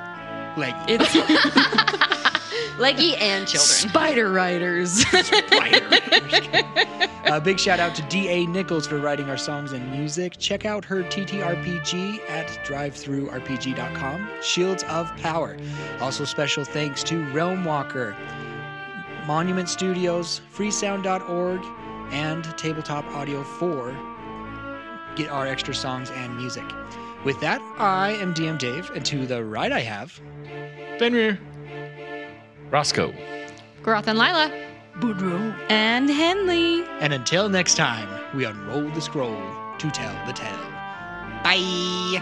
[SPEAKER 2] Leggy.
[SPEAKER 3] It's
[SPEAKER 9] Leggy and children.
[SPEAKER 3] spider riders.
[SPEAKER 2] A Uh, big shout out to D.A. Nichols for writing our songs and music. Check out her TTRPG at drivethroughrpg.com. Shields of Power. Also, special thanks to Realm Walker, Monument Studios, freesound.org, and Tabletop Audio 4. Get our extra songs and music. With that, I am DM Dave, and to the right I have.
[SPEAKER 8] Fenrir.
[SPEAKER 5] Roscoe.
[SPEAKER 4] Garoth and Lila.
[SPEAKER 3] and Henley.
[SPEAKER 2] And until next time, we unroll the scroll to tell the tale. Bye!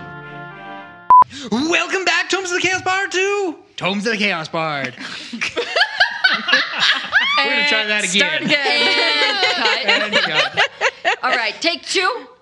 [SPEAKER 2] Welcome back, Tomes of the Chaos Bard 2! Tomes of the Chaos Bard. We're gonna try that again.
[SPEAKER 6] Start again.
[SPEAKER 2] And cut.
[SPEAKER 6] All right, take two.